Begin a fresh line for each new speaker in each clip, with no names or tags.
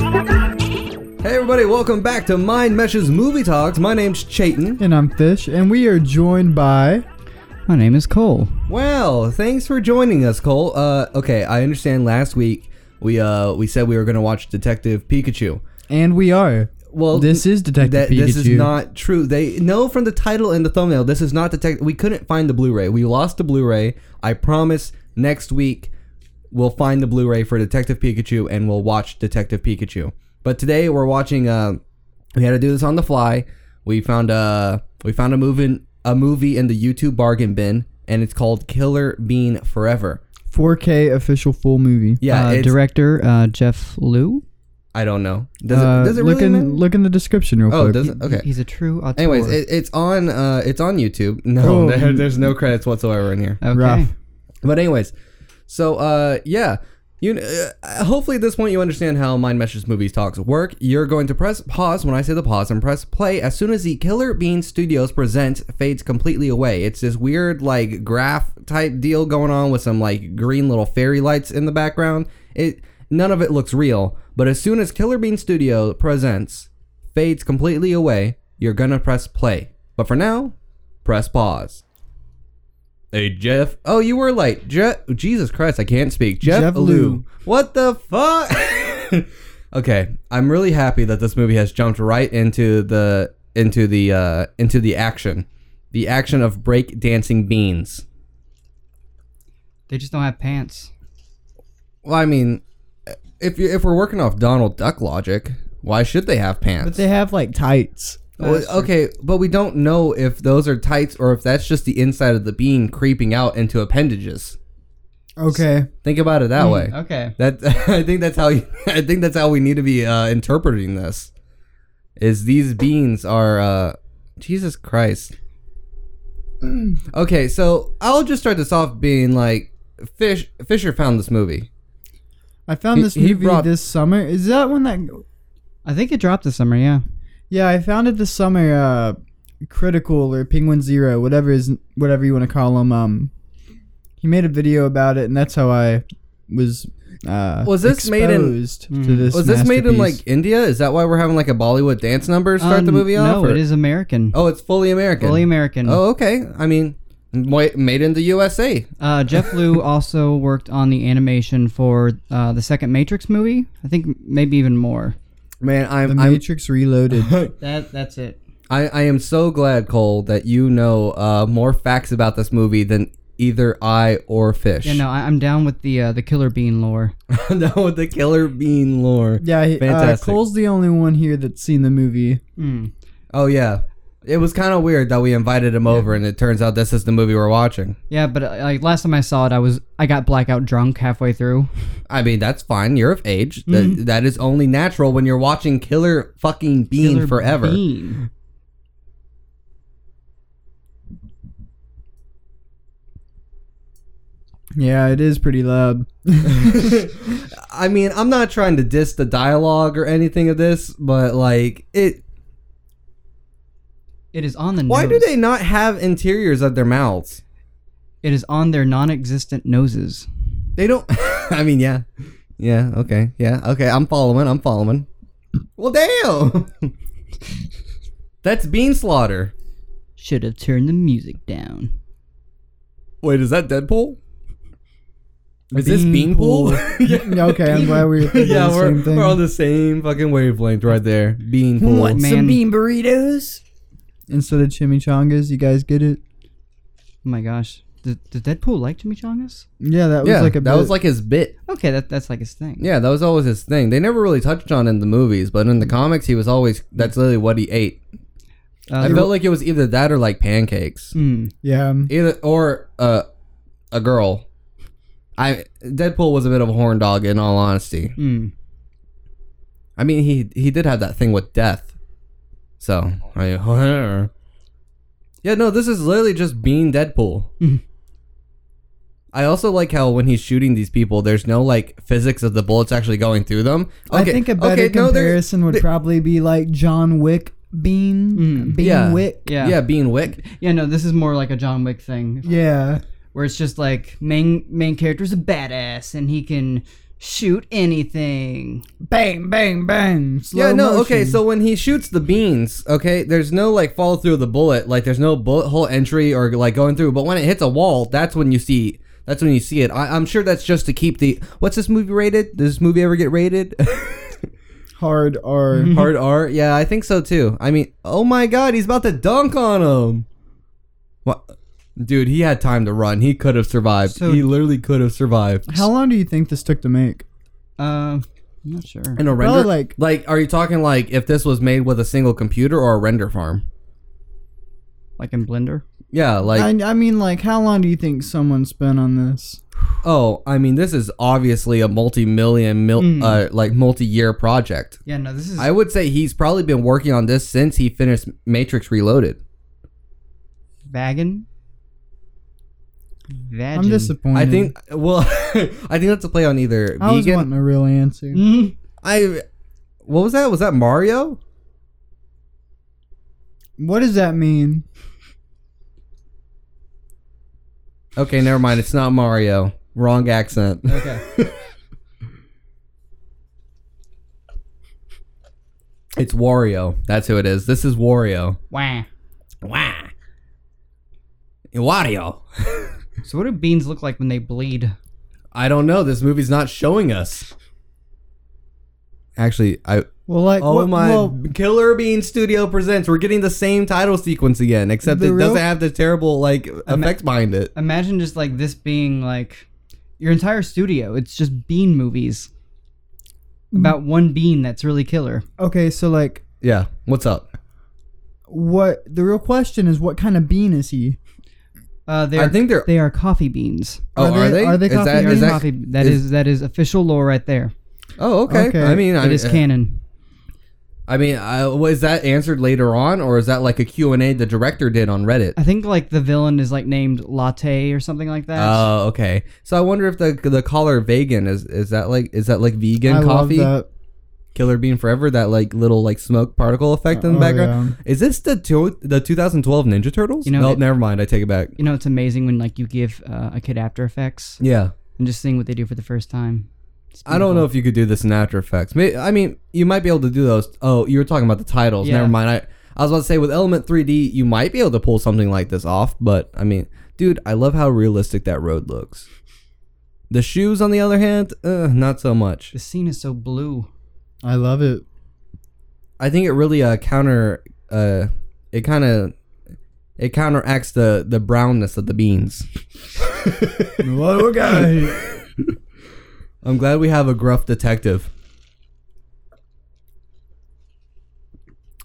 Hey everybody, welcome back to Mind Meshes Movie Talks. My name's Chayton.
And I'm Fish, and we are joined by.
My name is Cole.
Well, thanks for joining us, Cole. Uh, okay, I understand last week we uh we said we were gonna watch Detective Pikachu.
And we are.
Well,
This is Detective
that,
Pikachu.
this is not true. They know from the title and the thumbnail this is not Detective. We couldn't find the Blu-ray. We lost the Blu-ray. I promise next week we'll find the Blu-ray for Detective Pikachu and we'll watch Detective Pikachu. But today we're watching. Uh, we had to do this on the fly. We found a we found a movie a movie in the YouTube bargain bin, and it's called Killer Bean Forever.
4K official full movie.
Yeah,
uh,
it's-
director uh, Jeff Liu.
I don't know. Does it,
Uh,
does it
look
really
in,
matter?
Look in the description real
Oh,
quick.
does it? Okay.
He's a true auteur.
Anyways, it, it's on uh, it's on YouTube. No,
Oh.
there, there's no credits whatsoever in here.
okay.
Rough.
But anyways, so uh, yeah, you kn- uh, hopefully at this point you understand how Mind Meshes Movies Talks work. You're going to press pause when I say the pause and press play as soon as the Killer Bean Studios presents fades completely away. It's this weird like graph type deal going on with some like green little fairy lights in the background. It none of it looks real, but as soon as Killer Bean Studio presents fades completely away, you're gonna press play. But for now, press pause. Hey Jeff. Oh, you were late. Je- Jesus Christ, I can't speak. Jeff,
Jeff
Liu.
Liu.
What the fuck? okay, I'm really happy that this movie has jumped right into the into the uh, into the action, the action of break dancing beans.
They just don't have pants.
Well, I mean, if you, if we're working off Donald Duck logic, why should they have pants?
But they have like tights.
Well, okay, but we don't know if those are tights or if that's just the inside of the bean creeping out into appendages.
Okay.
Think about it that way.
Hmm, Okay.
That I think that's how you, I think that's how we need to be uh, interpreting this. Is these beans are uh, Jesus Christ?
Hmm.
Okay, so I'll just start this off being like Fish Fisher found this movie.
I found
He-
this
he
movie
brought-
this summer. Is that one that.
I think it dropped this summer. Yeah.
Yeah, I found it this summer. Uh, Critical or Penguin Zero, whatever is whatever you want to call him. Um, he made a video about it, and that's how I was. Uh,
Was this made in-
exposed to
Mm.
this?
Was this made in
masterpiece.
like India? Is that why we're having like a Bollywood dance number to start the
Um,
movie off?
No,
or-
it is American.
Oh, it's fully American.
Fully
Mm.
American.
Oh, okay. I mean, mo- made in the USA.
Uh, Jeff Liu also worked on the animation for uh, the second Matrix movie. I think maybe even more.
Man,
The
I'm I'm
Matrix Reloaded?
That that's it.
I, I am so glad, Cole, that you know uh, more facts about this movie than either I or Fish.
Yeah, no, I, I'm down with the uh, the killer bean lore.
no, the killer bean lore.
Yeah, he, uh,
Fantastic.
Cole's the only one here that's seen the movie.
Mm.
Oh yeah, it was kind of weird that we invited him over, and it turns out this is the movie we're watching.
Yeah, but uh, like last time I saw it, I was I got blackout drunk halfway through.
I mean, that's fine. You're of age. That-
Mm-hmm.
that is only natural when you're watching Killer Fucking Bean
Killer
forever.
Bean.
Yeah, it is pretty loud.
I mean, I'm not trying to diss the dialogue or anything of this, but like it.
It is on the
Why do
nose.
they not have interiors of their mouths?
It is on their non-existent noses.
They don't. I mean, yeah, yeah. Okay, yeah. Okay, I'm following. I'm following. Well, damn. That's bean slaughter.
Should have turned the music down.
Wait, is that Deadpool? Is this
Bean
Beanpool?
Yeah, okay, I'm glad we we're thinking
yeah,
the
we're,
same thing.
we're on the same fucking wavelength right there. Beanpool.
What? Man.
bean burritos instead of chimichangas. You guys get it?
Oh my gosh. Did, did Deadpool like chimichangas?
Yeah, that was
Yeah,
like a
that was like his bit.
Okay, that that's like his thing.
Yeah, that was always his thing. They never really touched on it in the movies, but in the comics, he was always that's literally what he ate.
Uh,
I felt like it was either that or like pancakes.
mm,
yeah.
either or uh, a girl. I Deadpool was a bit of a horn dog in all honesty.
Hmm.
mm.
I mean, he he did have that thing with death. So I, yeah, no, this is literally just being Deadpool.
Hmm.
Mhm.
I also like how when he's shooting these people, there's no like physics of the bullets actually going through them.
I think a better
okay, no, there-
comparison would probably be like John Wick bean
Mm.
bean
Yeah.
wick.
Yeah.
yeah, being Wick.
Yeah, no, this is more like a John Wick thing
Yeah.
where it's just like main main character's a badass and he can shoot anything.
Bang, bang, bang. Slow
yeah, no, okay.
motion.
So when he shoots the beans, okay, there's no like follow through of the bullet. Like there's no bullet hole entry or like going through. But when it hits a wall, that's when you see. That's when you see it. I, I'm sure that's just to keep the. What's this movie rated? Does this movie ever get rated?
hard R.
Hard R. Yeah, I think so too. I mean, oh my God, he's about to dunk on him. What? Dude, he had time to run. He could have survived.
So-
he literally could have survived.
How long do you think this took to make?
Uh, I'm not sure.
And a render,
Probably like
like, are you talking like if this was made with a single computer or a render farm?
Like in Blender.
Yeah, like
I, I mean, like, how long do you think someone spent on this?
Oh, I mean, this is obviously a multi-million, mil-
Hmm.
uh, like multi-year project.
Yeah, no, this is.
I would say he's probably been working on this since he finished Matrix Reloaded.
Vagan. Vagin.
I'm disappointed.
I think, well, I think that's a play on either
Hmm. I was
vegan.
wanting a real answer.
Mhm.
I, what was that? Was that Mario?
What does that mean?
Okay, never mind. It's not Mario. Wrong accent.
Okay.
It's Wario. That's who it is. This is Wario.
Wah.
Wow. Wario.
So what do beans look like when they bleed?
I don't know. This movie's not showing us. Actually, I
Well, like,
Oh
what-
my!
well,
Killer Bean Studio presents. We're getting the same title sequence again, except
The
it
real-
doesn't have the terrible like effects behind it.
Imagine just like this being like your entire studio. It's just bean movies
Mm.
about one bean that's really killer.
okay, so like,
Yeah, what's up?
what? The real question is, what kind of bean is he?
Uh, they
I
are,
think they're.
they are coffee beans.
Oh,
are
are
they-
they?
are they
Is that-
copying
is
Bean
that-
coffee. That
is-
is, that is official lore right there.
Oh, okay.
Okay.
I mean, uh, I,
it is canon.
I mean, I, was that answered later on, or is that like a Q and A the director did on Reddit?
I think like the villain is like named Latte or something like that.
Oh, okay. So I wonder if the the collar vegan is is that like is that like vegan
I
coffee?
love that.
Killer Bean Forever, that like little like smoke particle effect in the
Oh,
background. Is this the two, the 2012 Ninja Turtles?
You know,
no,
it-
never mind. I take it back.
you know, it's amazing when like you give uh, a kid After Effects
Yeah,
and just seeing what they do for the first time. It's
I don't know if you could do this in After Effects. May- I mean, you might be able to do those. Oh, you were talking about the titles.
Yeah.
Never mind. I I was about to say with Element 3D, you might be able to pull something like this off. But I mean, dude, I love how realistic that road looks. The shoes, on the other hand, uh, not so much.
The scene is so blue.
I love it.
I think it really uh counter uh it kind of it counteracts the the brownness of the beans.
what a guy.
I'm glad we have a gruff detective.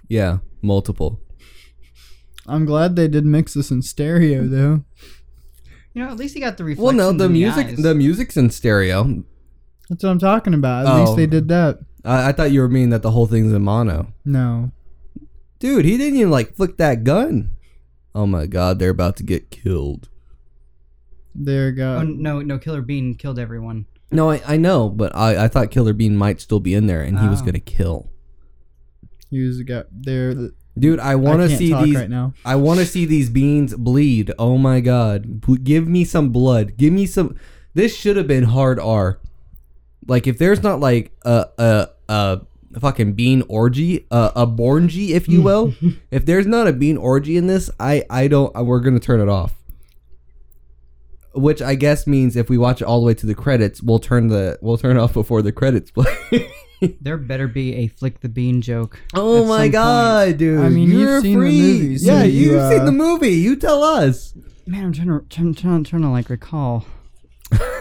Yeah, multiple.
I'm glad they did mix this in stereo though.
You know, at least he got the
Well,
reflection.
no, the music
eyes.
the music's in stereo.
That's what I'm talking about. At
Oh.
least they did that.
I, I thought you were meaning that the whole thing's in mono.
No.
Dude, he didn't even like flick that gun. Oh my god, they're about to get killed.
There you go.
Oh no, no! Killer Bean killed everyone.
No, I, I know, but I, I thought Killer Bean might still be in there and he was
Oh.
gonna kill.
He was a guy there. that-
Dude, I
I
want
can't
to see
talk
these.
right now.
I want to see these beans bleed. Oh my god! B- give me some blood. Give me some. This should have been hard R. Like if there's not like a a a fucking bean orgy, a a borngy, if you will. if there's not a bean orgy in this, I I don't. We're gonna turn it off. Which I guess means if we watch it all the way to the credits, we'll turn the we'll turn it off before the credits play.
There better be a flick the bean joke.
Oh
at
my
some
god, dude!
I mean, you've
You're
seen the
free.
movie, so
yeah,
you,
you've seen
uh,
the movie. You tell us.
point. Man, I'm trying to trying, trying, trying to like recall.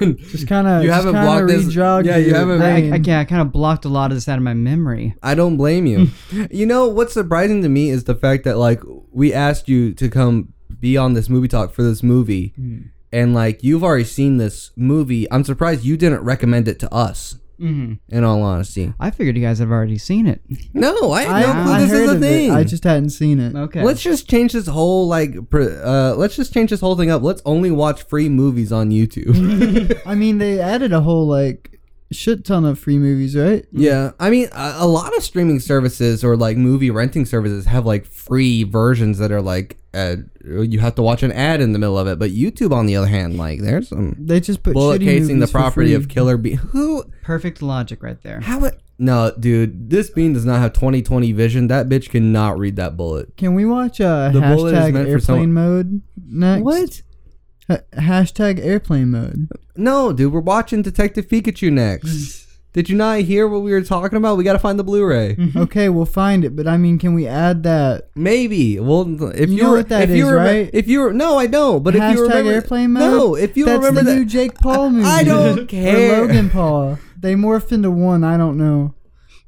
Just kind of.
You haven't blocked this- yeah, you haven't-
I, I, I, yeah, I kind of blocked a lot of this out of my memory.
I don't blame you. you know what's surprising to me is the fact that like we asked you to come be on this movie talk for this movie,
Mm-hmm.
and like you've already seen this movie. I'm surprised you didn't recommend it to us.
hmm
Mm-hmm.
In all honesty,
I figured you guys have already seen it.
no, I
I,
had no clue
I
this
heard
is a
of
thing.
It. I just hadn't seen it.
Okay.
Let's just change this whole like, pr- uh, let's just change this whole thing up. Let's only watch free movies on YouTube.
I mean, they added a whole like shit ton of free movies, right?
Yeah, I mean, a, a lot of streaming services or like movie renting services have like free versions that are like ad, you have to watch an ad in the middle of it. But YouTube, on the other hand, like there's some
They just put
bullet
shitty
casing the
movies for
property of
free.
Killer Bean. Who?
Perfect logic right there.
How? It, no, dude, this bean does not have 20/20 vision. That bitch cannot read that bullet.
Can we watch uh,
The bullet is
hashtag
meant
airplane
for someone-
mode next? Ha- hashtag airplane mode.
No, dude, we're watching Detective Pikachu next. Did you not hear what we were talking about? We got to find the Blu-ray.
okay, we'll find it, but I mean, can we add that?
Maybe. Well, if
You
you,
know
were,
what that
if you
is,
remem-
right?
If you were, no, I don't. But if
hashtag
you remember,
airplane mode.
no, if you
That's
remember
the
that,
new Jake Paul movie.
I don't
Or
care.
Logan Paul. They morphed into one. I don't know.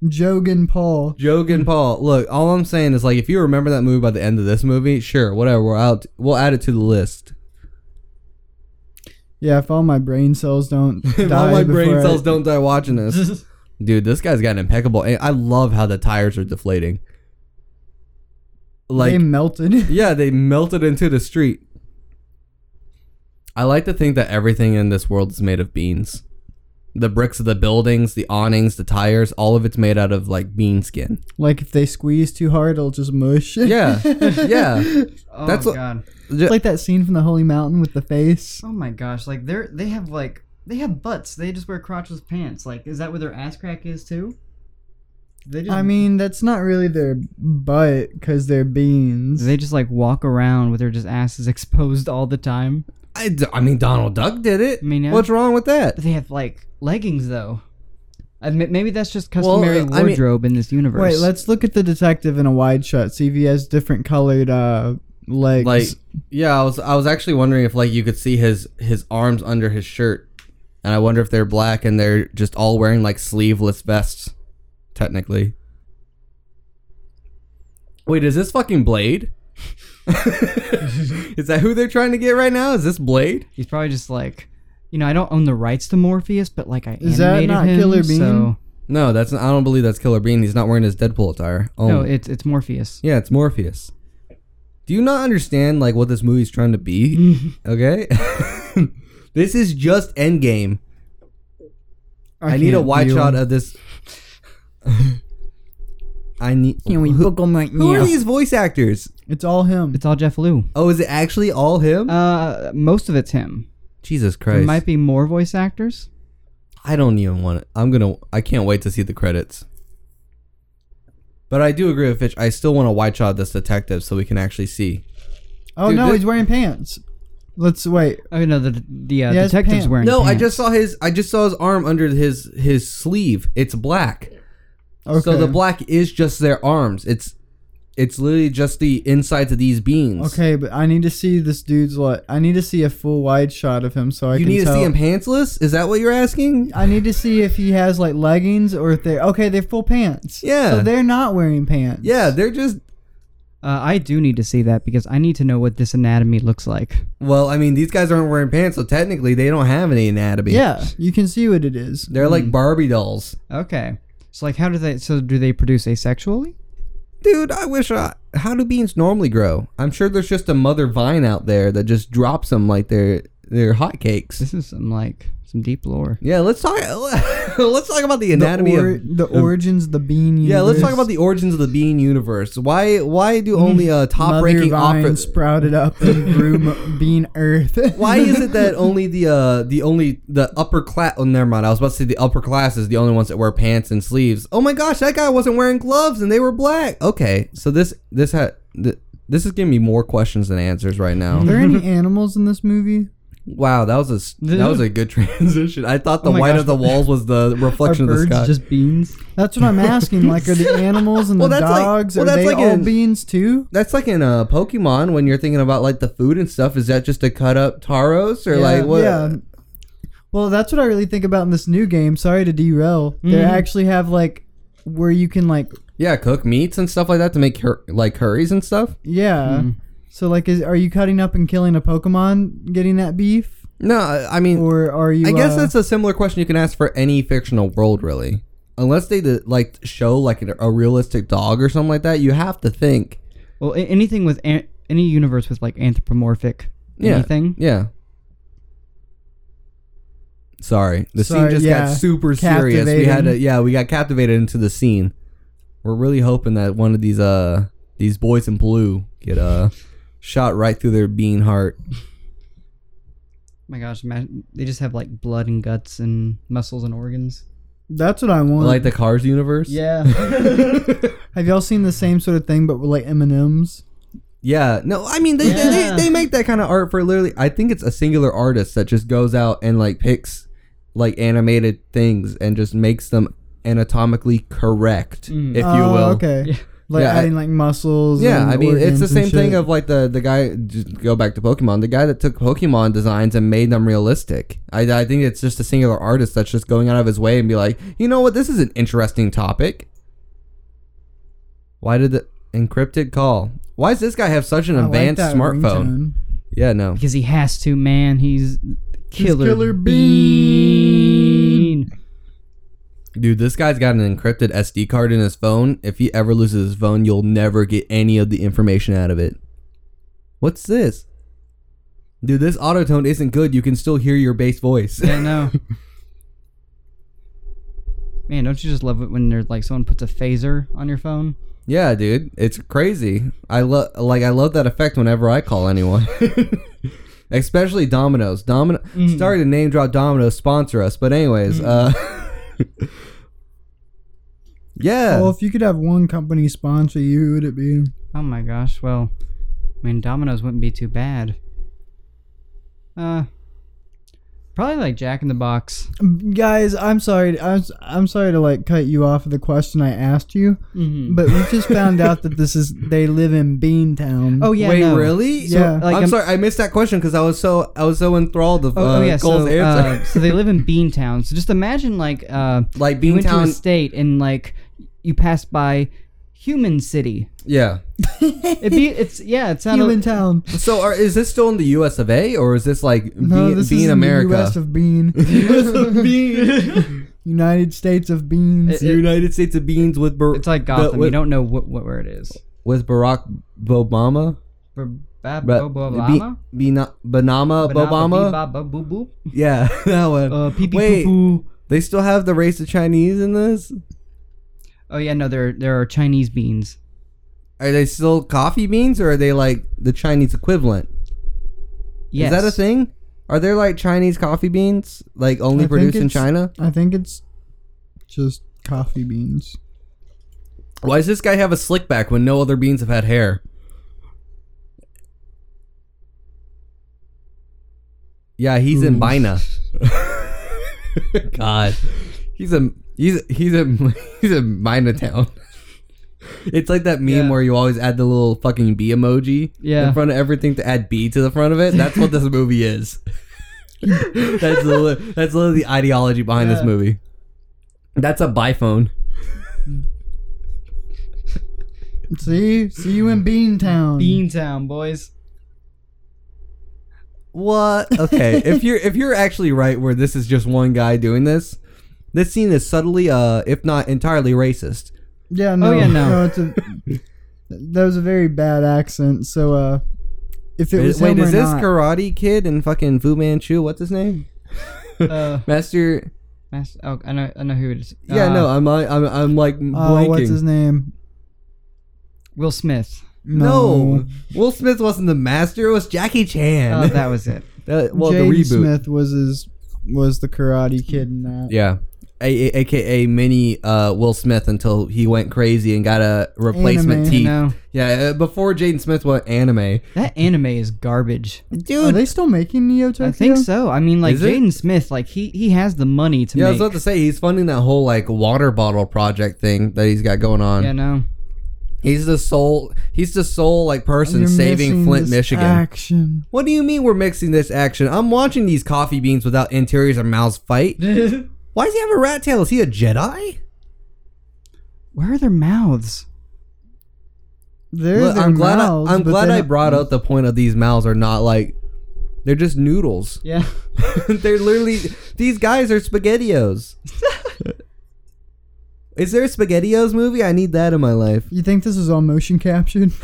Jogan Paul.
Jogan Paul. Look, all I'm saying is like if you remember that movie by the end of this movie, sure, whatever. We're out. We'll add it to the list.
Yeah, if all my brain cells don't
If
die
all my brain
before
cells
I,
don't die watching this, dude. This guy's got an impeccable. and I love how the tires are deflating. Like
they melted.
Yeah, they melted into the street. I like to think that everything in this world is made of beans. The bricks of the buildings, the awnings, the tires, all of it's made out of like bean skin.
like if they squeeze too hard, it'll just mush.
Yeah. yeah.
Oh
That's
my
what-
god.
Ju-
It's like that scene from the Holy Mountain with the face.
Oh my gosh. Like they're they have like they have butts. They just wear crotchless pants. Like is that where their ass crack is too? They just
I mean, that's not really their butt because they're beans.
do they just like walk around with their just asses exposed all the time.
I, d- I mean, Donald Duck did it.
I mean, yeah.
What's wrong with that?
But they have like leggings though. I admit, maybe that's just customary
I mean-
wardrobe in this universe.
Wait, let's look at the detective in a wide shot. See if he has different colored uh, legs.
Like, yeah, I was I was actually wondering if like you could see his his arms under his shirt, and I wonder if they're black and they're just all wearing like sleeveless vests, technically. Wait, is this fucking Blade? is that who they're trying to get right now? Is this Blade?
He's probably just like, you know, I don't own the rights to Morpheus, but like I
Is
animated
that not
him,
Killer Bean?
so-
No, that's I don't believe that's Killer Bean. He's not wearing his Deadpool attire. Oh,
no, it's it's Morpheus.
yeah, it's Morpheus. Do you not understand like what this movie's trying to be? okay, this is just Endgame. I, need a
can't
wide
deal.
shot of this. I need. who, who are these voice actors?
It's all him.
It's all Jeff Liu.
Oh, is it actually all him?
Uh, most of it's him.
Jesus
There
Christ!
might be more voice actors.
I don't even want it. I'm gonna. I can't wait to see the credits. But I do agree with Fitch. I still want a wide shot of this detective so we can actually see.
oh
dude,
no,
this-
he's wearing pants. Let's wait.
Oh no, the the uh,
He has
detective's
pants.
wearing.
No, I
pants.
just saw his. I just saw his arm under his his sleeve. It's black.
Okay.
So the black is just their arms. It's it's literally just the insides of these beans.
Okay, but I need to see this dude's what. I need to see a full wide shot of him so I
You
can
need
tell.
to see him pantsless? Is that what you're asking?
I need to see if he has like leggings or if they're okay. They're full pants.
Yeah.
So they're not wearing pants.
Yeah, they're just.
Uh, I do need to see that because I need to know what this anatomy looks like.
Well, I mean, these guys aren't wearing pants, so technically they don't have any anatomy.
Yeah. Mm. You can see what it is.
They're like Barbie dolls.
Okay, so like, how do they? So do they produce asexually?
Dude, I wish I. How do beans normally grow? I'm sure there's just a mother vine out there that just drops them like they're, they're hotcakes.
This is some like some deep lore.
Yeah, let's talk. Let's talk about the
The,
anatomy
or-
of.
the origins, of the bean.
Yeah, let's talk
universe.
about the origins of the bean universe. Why? Why do only uh, top
Mother
ranking
vine
offers?
sprouted up and grew m- bean earth.
Why is it that only the uh the only the upper class? Oh, never mind. I was about to say the upper class is the only ones that wear pants and sleeves. Oh my gosh, that guy wasn't wearing gloves and they were black. Okay, so this this had th- this is giving me more questions than answers right
Are
now.
Mm-hmm.
there any animals in this movie?
Wow, that was a s- that was a good transition. I thought the
Oh my
white
gosh.
of the walls was the
Are
reflection of the
birds
sky.
just beans? That's what I'm asking. Like, are the animals and
Well,
the
that's like-
dogs
well,
are
that's
they
like
all
in-
beans too?
that's like in uh, Pokemon when you're thinking about like the food and stuff. Is that just to cut up Taros or like what?
Well, that's what I really think about in this new game. Sorry to derail. They
Mm-hmm.
Mhm.
actually have like where you can like
Yeah, cook meats and stuff like that to make cur- like curries and stuff.
yeah.
Mm-hmm.
Mhm.
So like, is are you cutting up and killing a Pokemon, getting that beef,
No, I- I mean
or are you?
I guess
uh,
that's a similar question you can ask for any fictional world, really. Unless they did, like show like a, a realistic dog or something like that, you have to think.
Well, a- anything with an- any universe with like anthropomorphic
Yeah.
anything.
Yeah. Sorry, the
Sorry,
scene just
yeah.
got super serious. We had to,
Captivating.
yeah, we got captivated into the scene. We're really hoping that one of these uh these boys in blue get uh shot right through their bean heart.
Oh my gosh, imagine, they just have like blood and guts and muscles and organs.
That's what I want.
Like the Cars universe.
Yeah.
Have y'all seen the same sort of thing, but with like M and M's?
Yeah, no, I mean they, they-
Yeah.
they they make that kind of art for literally. I think it's a singular artist that just goes out and like picks like animated things and just makes them anatomically correct,
Mm.
if you
Oh,
will.
Okay.
Yeah.
Like
Yeah, I-
adding like muscles.
Yeah,
and
I mean it's
organs
the
and
same thing
shit.
of like the the guy. Just go back to Pokemon. The guy that took Pokemon designs and made them realistic. I I think it's just a singular artist that's just going out of his way and be like, you know what, this is an interesting topic. Why did the encrypted call? Why does this guy have such an
I like
advanced
that
smartphone?
ringtone.
Yeah, no.
because he has to, man. He's killer,
Killer
bean.
Dude, this guy's got an encrypted SD card in his phone. If he ever loses his phone, you'll never get any of the information out of it. What's this? Dude, this autotone isn't good. You can still hear your bass voice.
Yeah, no. Man, don't you just love it when there's like someone puts a phaser on your phone?
yeah, dude, it's crazy. I love like I love that effect whenever I call anyone. Especially Domino's. Domino
Mm.
Sorry to name drop Domino's sponsor us, but anyways, uh Yeah.
Well, if you could have one company sponsor you, who would it be?
Oh my gosh. Well, I mean, Domino's wouldn't be too bad. Uh, probably like Jack in the Box.
Guys, I'm sorry. I'm, s- I'm sorry to like cut you off of the question I asked you,
Mm-hmm.
but we just found out that this is they live in Beantown.
oh yeah,
Wait,
no.
really?
So, Yeah.
like,
I'm,
I'm-
sorry, I missed that question because I was so I was so enthralled of
Oh,
uh,
oh yeah, so,
Cole's answer.
uh, so they live in Beantown. So just imagine like uh,
like
you went to a
Beantown,
state and like you passed by Human City.
yeah.
It'd be it's yeah, it's not
Human
a,
Town.
So are, is this still in the U.S. of A. or is this like
No,
being,
this
being
is
America?
the U.S. of Bean. United States of
It's
Beans.
the United States of beans with Bar-
it's like Gotham.
with,
you don't know what, what where it is.
with Barack Obama,
Ba- ba-
But-
bo- bo-
be-
llama?
Bina, Banama
Ba- na- ba-
Obama.
bee- ba- ba- boo- boo?
yeah, that one.
Uh, pee- pee-
Wait.
poo- poo.
they still have the race of Chinese in this.
Oh yeah, no, there there are Chinese beans.
Are they still coffee beans or are they like the Chinese equivalent?
Yes.
Is that a thing? Are there like Chinese coffee beans like
I
only
think
produced in
it's-
China?
I think it's just coffee beans.
Why does this guy have a slick back when no other beans have had hair? Yeah, he's in
Hmm.
Ooh.
Bina. God, he's a he's he's a he's a Mina town. It's like that meme
Yeah.
where you always add the little fucking bee emoji
Yeah.
in front of everything to add B to the front of it. That's what this movie is. that's literally, that's literally the ideology behind this
Yeah.
movie. That's a biphone.
See, see you in Beantown.
Bean Town, boys.
What? Okay, if you're if you're actually right, where this is just one guy doing this, this scene is subtly, uh, if not entirely racist. Oh,
Yeah, no,
yeah, no.
it's a, that was a very bad accent. So, uh, if it was
Is- wait,
him
is
or
this
not,
Karate Kid and fucking Fu Manchu? What's his name?
Uh,
Master?
mas- oh, I know I know who it is.
Yeah,
Uh,
no, I'm I'm I'm like
uh,
blanking.
what's his name?
Will Smith.
no. Will Smith wasn't the master. It was Jackie Chan.
Oh, that was it.
That- well,
Jaden
the reboot.
Smith was his was the Karate Kid in that.
Yeah. A- A- AKA mini uh, Will Smith until he went crazy and got a replacement
Anime. Oh,
teeth.
No,
Yeah, uh, before Jaden Smith went anime.
that anime is garbage.
Are
Dude,
they still making Neo Tokyo?
I think so. I mean, like
Is it?
Jaden Smith, like he he has the money to
Yeah, I was
make.
about to say he's funding that whole like water bottle project thing that he's got going on.
yeah, no.
He's the sole he's the sole like person
You're
saving
missing
Flint,
this
Michigan.
Action.
What do you mean we're mixing this action? I'm watching these coffee beans without interiors or mouths fight. Why does he have a rat tail? Is he a Jedi?
Where are their mouths?
There's
Look,
their
I'm glad
mouths,
I, am
but
glad
they
I
don't-
brought up the point of these mouths are not like they're just noodles.
Yeah.
They're literally these guys are spaghettios. Is there a spaghettios movie? I need that in my life.
You think this is all motion captured?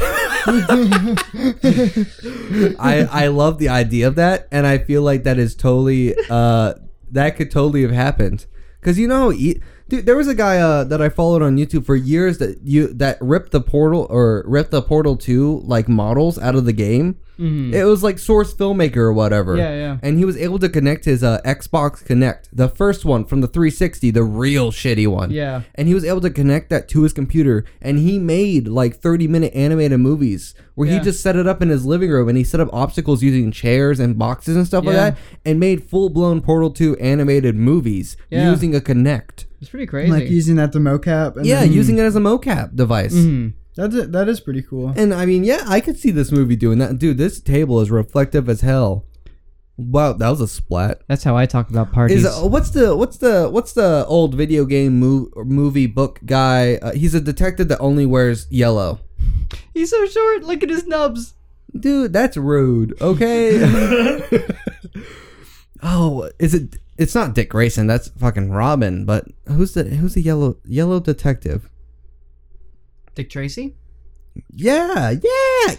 I I love the idea of that, and I feel like that is totally uh that could totally have happened Cause you know, how e- dude, there was a guy uh, that I followed on YouTube for years that you that ripped the portal or ripped the portal two like models out of the game.
Mhm.
It was like Source Filmmaker or whatever.
Yeah, yeah.
And he was able to connect his uh, Xbox Connect, the first one from the 360, the real shitty one.
Yeah.
And he was able to connect that to his computer, and he made like 30 minute animated movies where
Yeah.
he just set it up in his living room and he set up obstacles using chairs and boxes and stuff like
Yeah.
that, and made full blown Portal 2 animated movies
Yeah.
using a Connect.
It's pretty crazy.
Like using that to mocap. And
Yeah,
Mm-hmm.
then-
using it as a mocap device.
Mhm.
That's it. That is pretty cool.
And I mean, yeah, I could see this movie doing that. Dude, this table is reflective as hell. Wow, that was a splat.
That's how I talk about parties.
Is uh, what's the what's the what's the old video game mo- movie book guy? Uh, he's a detective that only wears yellow.
He's so short. Look at his nubs.
Dude, that's rude. Okay. oh, is it? It's not Dick Grayson. That's fucking Robin. But who's the who's the yellow yellow detective?
Dick Tracy.
Yeah, yeah,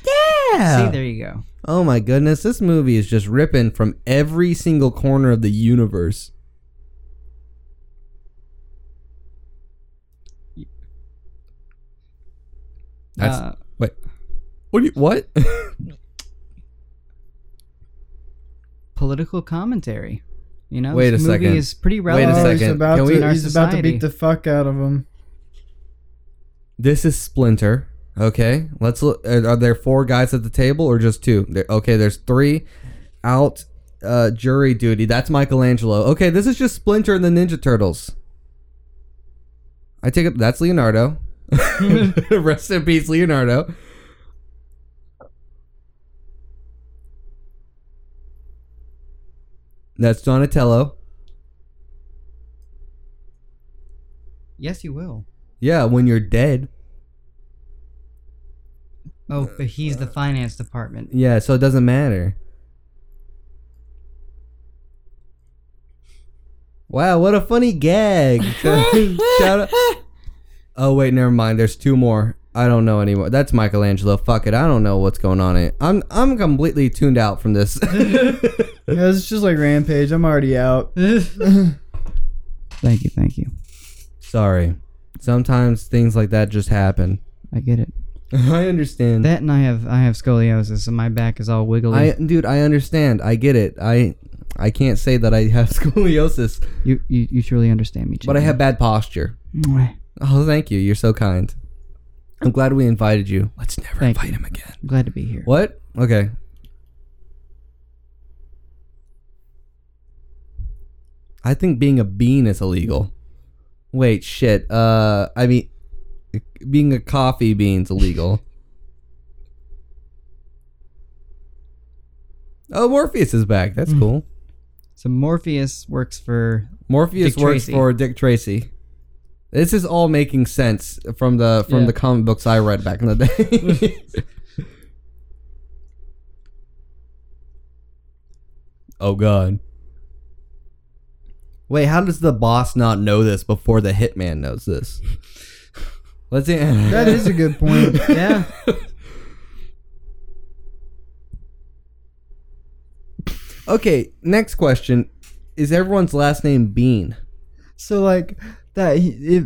yeah.
See, there you go.
Oh my goodness, this movie is just ripping from every single corner of the universe. That's
Uh,
what? Do you, what?
political commentary. You know,
Wait
this
a
movie
second.
is pretty
Wait a
relevant.
second.
Oh, He's about,
Can we-
to,
In
our
he's about to
society.
beat the fuck out of him.
This is Splinter. Okay, let's look. uh, Are, are there four guys at the table or just two? There, okay, there's three out uh, jury duty. That's Michelangelo. Okay, this is just Splinter and the Ninja Turtles. I take it. That's Leonardo. Rest in peace, Leonardo. That's Donatello.
Yes, you will.
Yeah, when you're dead.
Oh, but he's the finance department.
Yeah, so it doesn't matter. Wow, what a funny gag. Shout out- Oh wait, never mind. There's two more. I don't know anymore. That's Michelangelo. Fuck it. I don't know what's going on. in It. I'm I'm completely tuned out from this.
Yeah, it's just like Rampage. I'm already out.
Thank you, thank you.
Sorry. Sometimes things like that just happen.
I get it.
I understand.
That and I have I have scoliosis, and my back is all wiggly.
I dude, I understand. I get it. I I can't say that I have scoliosis,
you, you you truly understand me,
but I have bad posture.
Mwah.
Oh, thank you. You're so kind. I'm glad we invited you. Let's never
Thank
invite him again.
I'm glad to be here.
What? Okay. I think being a bean is illegal. Wait, shit. Uh, I mean, being a coffee bean's illegal. oh, Morpheus is back. That's cool.
So Morpheus works for
Morpheus
Dick
works
Tracy.
for Dick Tracy. This is all making sense from the from
Yeah.
the comic books I read back in the day. oh god. Wait, how does the boss not know this before the hitman knows this? Let's see.
That is a good point.
yeah.
okay, next question. Is everyone's last name Bean?
So like that he- if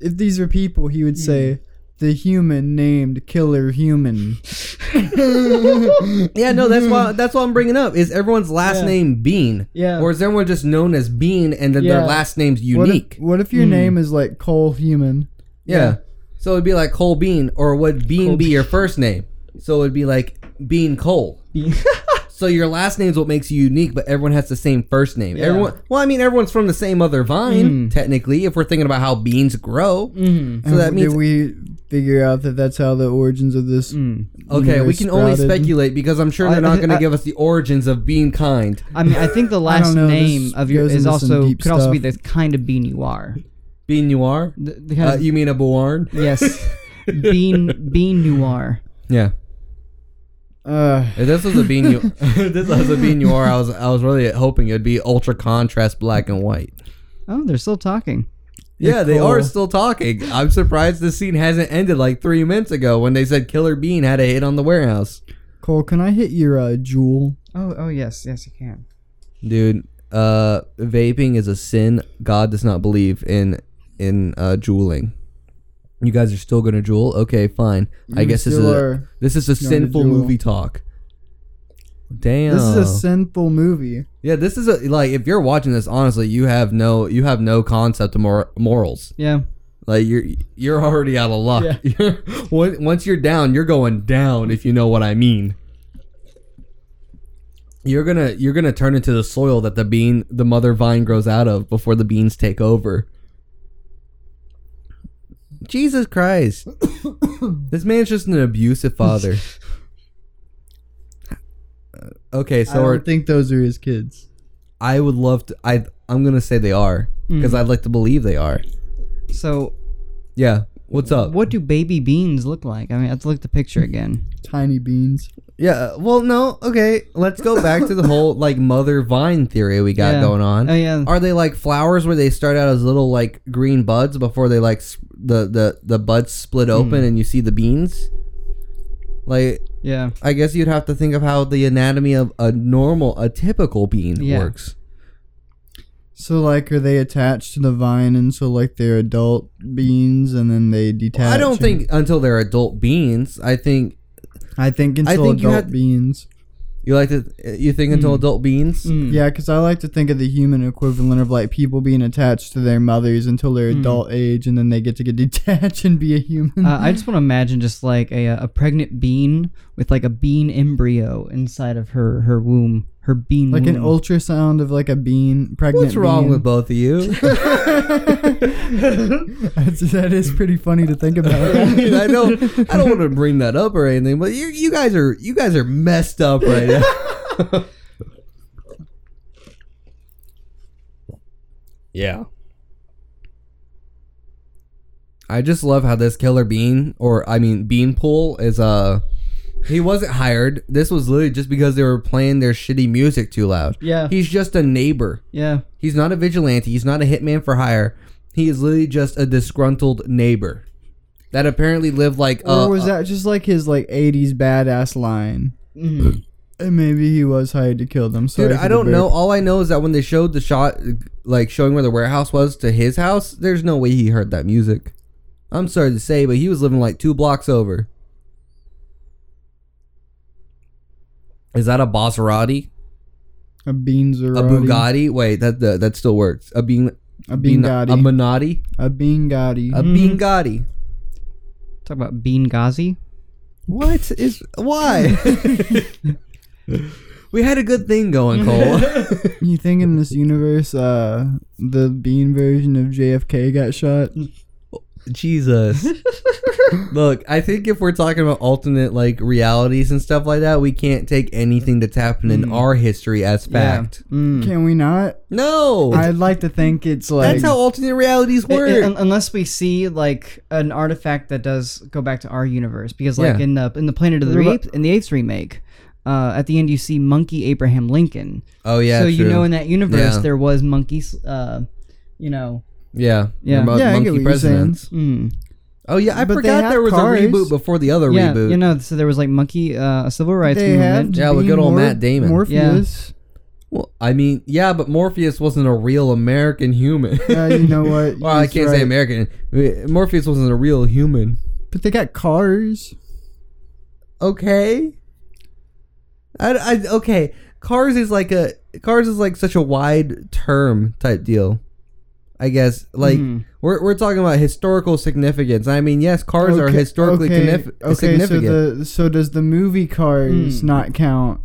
if these were people, he would say the human named killer human.
Yeah, no, that's why that's what I'm bringing up. Is everyone's last
Mm-hmm. Yeah.
name Bean?
Yeah.
Or is everyone just known as Bean and then their
Yeah.
last name's
What if-
unique? Hmm.
What if, your name is like Cole Human?
yeah. So it'd be like Cole Bean, or would Bean be your first name? So it'd be like Bean Cole. so your last name's what makes you unique, but everyone has the same first name. Everyone well, I mean everyone's from the same other
Mm-hmm.
vine, technically, if we're thinking about how beans grow.
Mm.
So that
And
means
did we figure out that that's how the origins of this.
Hmm.
Mm.
Okay, we
universe
can only
sprouted?
speculate because I'm sure
I-
they're not going to
I-
give us the origins of being kind.
I mean, I think the last
don't know,
name
this
of your
goes
is
into some
also
deep
could also be the
stuff.
kind of bean you are.
Bean noir?
The, the kind
Uh,
of,
you mean a Bourne?
yes, bean bean you are.
Yeah.
Uh,
If this was a bean, you, if this was a bean noir, I was I was really hoping it'd be ultra contrast black and white.
Oh, they're still talking.
Yeah, they
Cool.
are still talking. I'm surprised this scene hasn't ended like three minutes ago when they said Killer Bean had a hit on the warehouse.
Cole, can I hit your uh, jewel?
Oh, oh yes, yes you can.
Dude, uh, vaping is a sin. God does not believe in in uh, juuling. You guys are still gonna jewel? Okay, fine. I
You
guess this is
still
a,
are-
this is a
gonna
sinful
jewel.
movie talk. Damn.
This is a sinful movie.
yeah, this is a like if you're watching this, honestly, you have no you have no concept of mor- morals.
Yeah.
Like you're you're already out of luck. You're, on- once you're down, you're going down. If you know what I mean. You're gonna you're gonna turn into the soil that the bean the mother vine grows out of before the beans take over. Jesus Christ! this man's just an abusive father. okay,
I
so
don't
are,
think those are his kids.
I would love to. I I'm gonna say they are because
Mm.
I'd like to believe they are.
So,
Yeah. What's up?
what do baby beans look like? I mean, let's look at the picture again.
Tiny beans.
Yeah. uh, Well, no. Okay. Let's go back to the whole like mother vine theory we got
Yeah.
going on.
Oh yeah.
Are they like flowers where they start out as little like green buds before they like s the the the buds split
Mm.
open and you see the beans? Like
Yeah.
I guess you'd have to think of how the anatomy of a normal a typical bean
Yeah.
works.
So like, are they attached to the vine, and so like they're adult beans, and then they detach?
I don't
and-
think until they're adult beans. I think
I think
I
until
think you
adult
had-
beans.
you like to you think until
Mm.
adult beans.
Mm.
Yeah, because I like to think of the human equivalent of like people being attached to their mothers until their
Hmm.
adult age, and then they get to get detached and be a human.
Uh, I just want to imagine just like a a pregnant bean with like a bean embryo inside of her her womb, her bean.
like an
womb.
ultrasound of like a bean pregnant.
Hmm. What's wrong
bean.
with both of you?
That's, that is pretty funny to think about.
I mean, I know I don't want to bring that up or anything, but you you guys are you guys are messed up right now. yeah. I just love how this killer bean or I mean beanpool is uh he wasn't hired. This was literally just because they were playing their shitty music too loud.
Yeah.
He's just a neighbor.
yeah.
He's not a vigilante. He's not a hitman for hire. He is literally just a disgruntled neighbor that apparently lived like.
or
uh,
was
uh,
that just like his like '80s badass line?
Mhm.
And maybe he was hired to kill them. Sorry
dude?
for
I
the
don't
burp.
know. All I know is that when they showed the shot, like showing where the warehouse was to his house, there's no way he heard that music. I'm sorry to say, but he was living like two blocks over. Is that a Maserati?
A beans or
A Bugatti? Wait, that that, that still works. A bean,
A bean
a
Gotti.
Minotti,
A bean Gotti.
a
Mhm.
bean Gotti.
Talk about bean gazi.
What is why? we had a good thing going, Cole.
You think in this universe, uh, the bean version of JFK got shot?
Jesus. Look, I think if we're talking about alternate like realities and stuff like that, we can't take anything that's happened
Mm.
in our history as fact.
Mm.
Can we not?
No.
I'd like to think it's like
that's how alternate realities
It-
work.
it- un- unless we see like an artifact that does go back to our universe, because like
Yeah.
in the in the Planet of the
Reba-
Apes in the Apes remake, uh, at the end you see Monkey Abraham Lincoln.
oh yeah.
so you
true.
know in that universe
Yeah.
there was monkeys. Uh, you know.
yeah.
Yeah.
Remote
Yeah, I get
monkey
what you're
presidents.
Mm.
Oh yeah, I
But they
forgot
have
there was
cars.
a reboot before the other
Yeah,
reboot.
you know, so there was like monkey uh, a civil rights
they have
movement.
Yeah, with
Bean
good old
Mor-
Matt Damon.
Morpheus.
well, I mean, yeah, but Morpheus wasn't a real American human.
Yeah, Uh, you know what?
Well, I
He's
can't say
right.
American. Uh, Morpheus wasn't a real human.
But they got cars.
Okay. I, I okay. Cars is like a cars is like such a wide term type deal. I guess like
Mhm.
we're we're talking about historical significance. I mean, yes, cars are
Okay,
historically
okay,
connif-
okay,
significant.
So, the, so does the movie Cars
Hmm.
not count?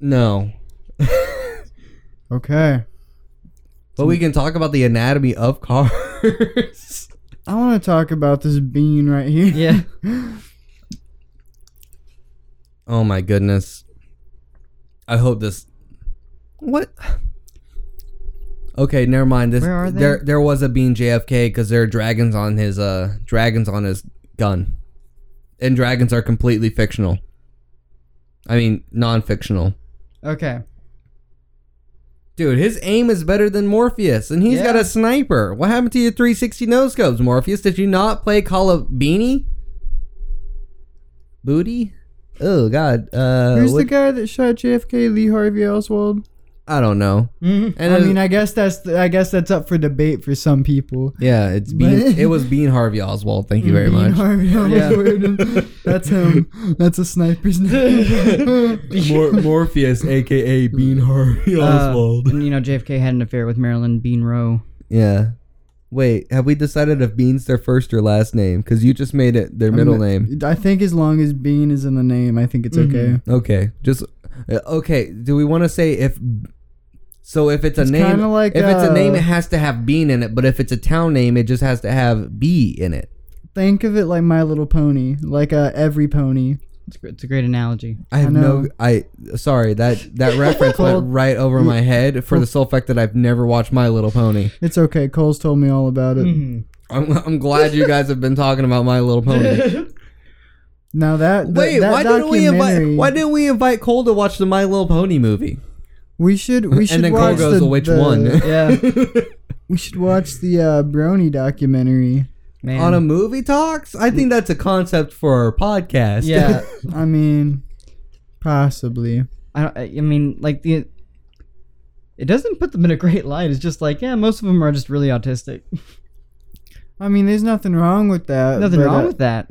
no.
Okay.
But we can talk about the anatomy of cars.
I want to talk about this bean right here.
Yeah.
oh my goodness. I hope this What? Okay, never mind. This
Where are they?
there there was a bean JFK because there are dragons on his uh dragons on his gun, and dragons are completely fictional. I mean, non-fictional.
Okay.
Dude, his aim is better than Morpheus, and he's got
Yeah.
a sniper. What happened to your 360 nose scopes, Morpheus? Did you not play Call of Beanie? Booty? Uh, Oh God. Uh,
Who's
what-
the guy that shot JFK? Lee Harvey Oswald.
I don't know. And
Mm-hmm. I
it-
mean, I guess that's I guess that's up for debate for some people.
Yeah, it's Bean.
But-
it was Bean Harvey Oswald. Thank you very
Dean
much.
Harvey Oswald. that's him. That's a sniper's name.
Mor- Morpheus, aka Bean Harvey
Uh, and, you know, JFK had an affair with Marilyn Bean Rowe.
yeah. Wait, have we decided if Bean's their first or last name? Because you just made it their middle name. Mm-hmm.
I think as long as Bean is in the name, I think it's okay.
Okay, just uh, okay. Do we want to say if? So if it's a
It's
name,
kinda like,
if it's a name,
uh,
it has to have Bean in it. But if it's a town name, it just has to have B in it.
Think of it like My Little Pony, like uh, every pony.
It's, gr- it's a great analogy.
I have no.
know.
I sorry that that reference went
Cold.
right over my head for the sole fact that I've never watched My Little Pony.
It's okay. Cole's told me all about it.
Mm-hmm.
Hmm.
I'm, I'm glad you guys have been talking about My Little Pony.
Now that th-
Wait,
that
why didn't we invite?
documentary-
Why didn't we invite Cole to watch the My Little Pony movie?
we should we should
then Cole
watch
goes,
the,
"Well, which
the-
one?"
yeah, we should watch the uh, Brony documentary.
Man.
On a movie talks? I think that's a concept for our podcast.
yeah.
I mean, possibly.
I, don't- I mean, like the. It doesn't put them in a great light. It's just like, yeah, most of them are just really autistic.
I mean, there's nothing wrong with that.
Nothing
but,
wrong
uh,
with that.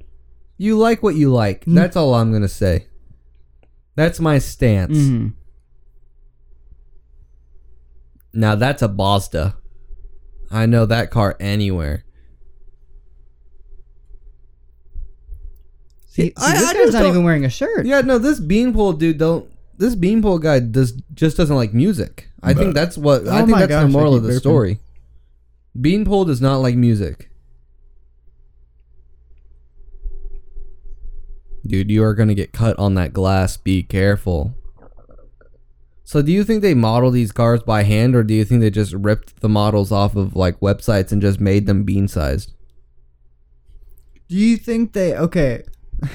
you like what you like.
Mm-hmm.
That's all I'm gonna say. That's my stance.
Mm-hmm.
Mhm.
Now that's a Bosda. I know that car anywhere.
See, see
I-
this
I
guy's
just
not
don't-
even wearing a shirt.
Yeah, no, this beanpole dude don't. This beanpole guy does just doesn't like music. I think that's what I
Oh
think
my
that's the
gosh, I
moral of
keep
the
burping.
story. Beanpole does not like music. Dude, you are gonna get cut on that glass. Be careful. So, do you think they model these cars by hand, or do you think they just ripped the models off of like websites and just made them bean sized?
Do you think they okay?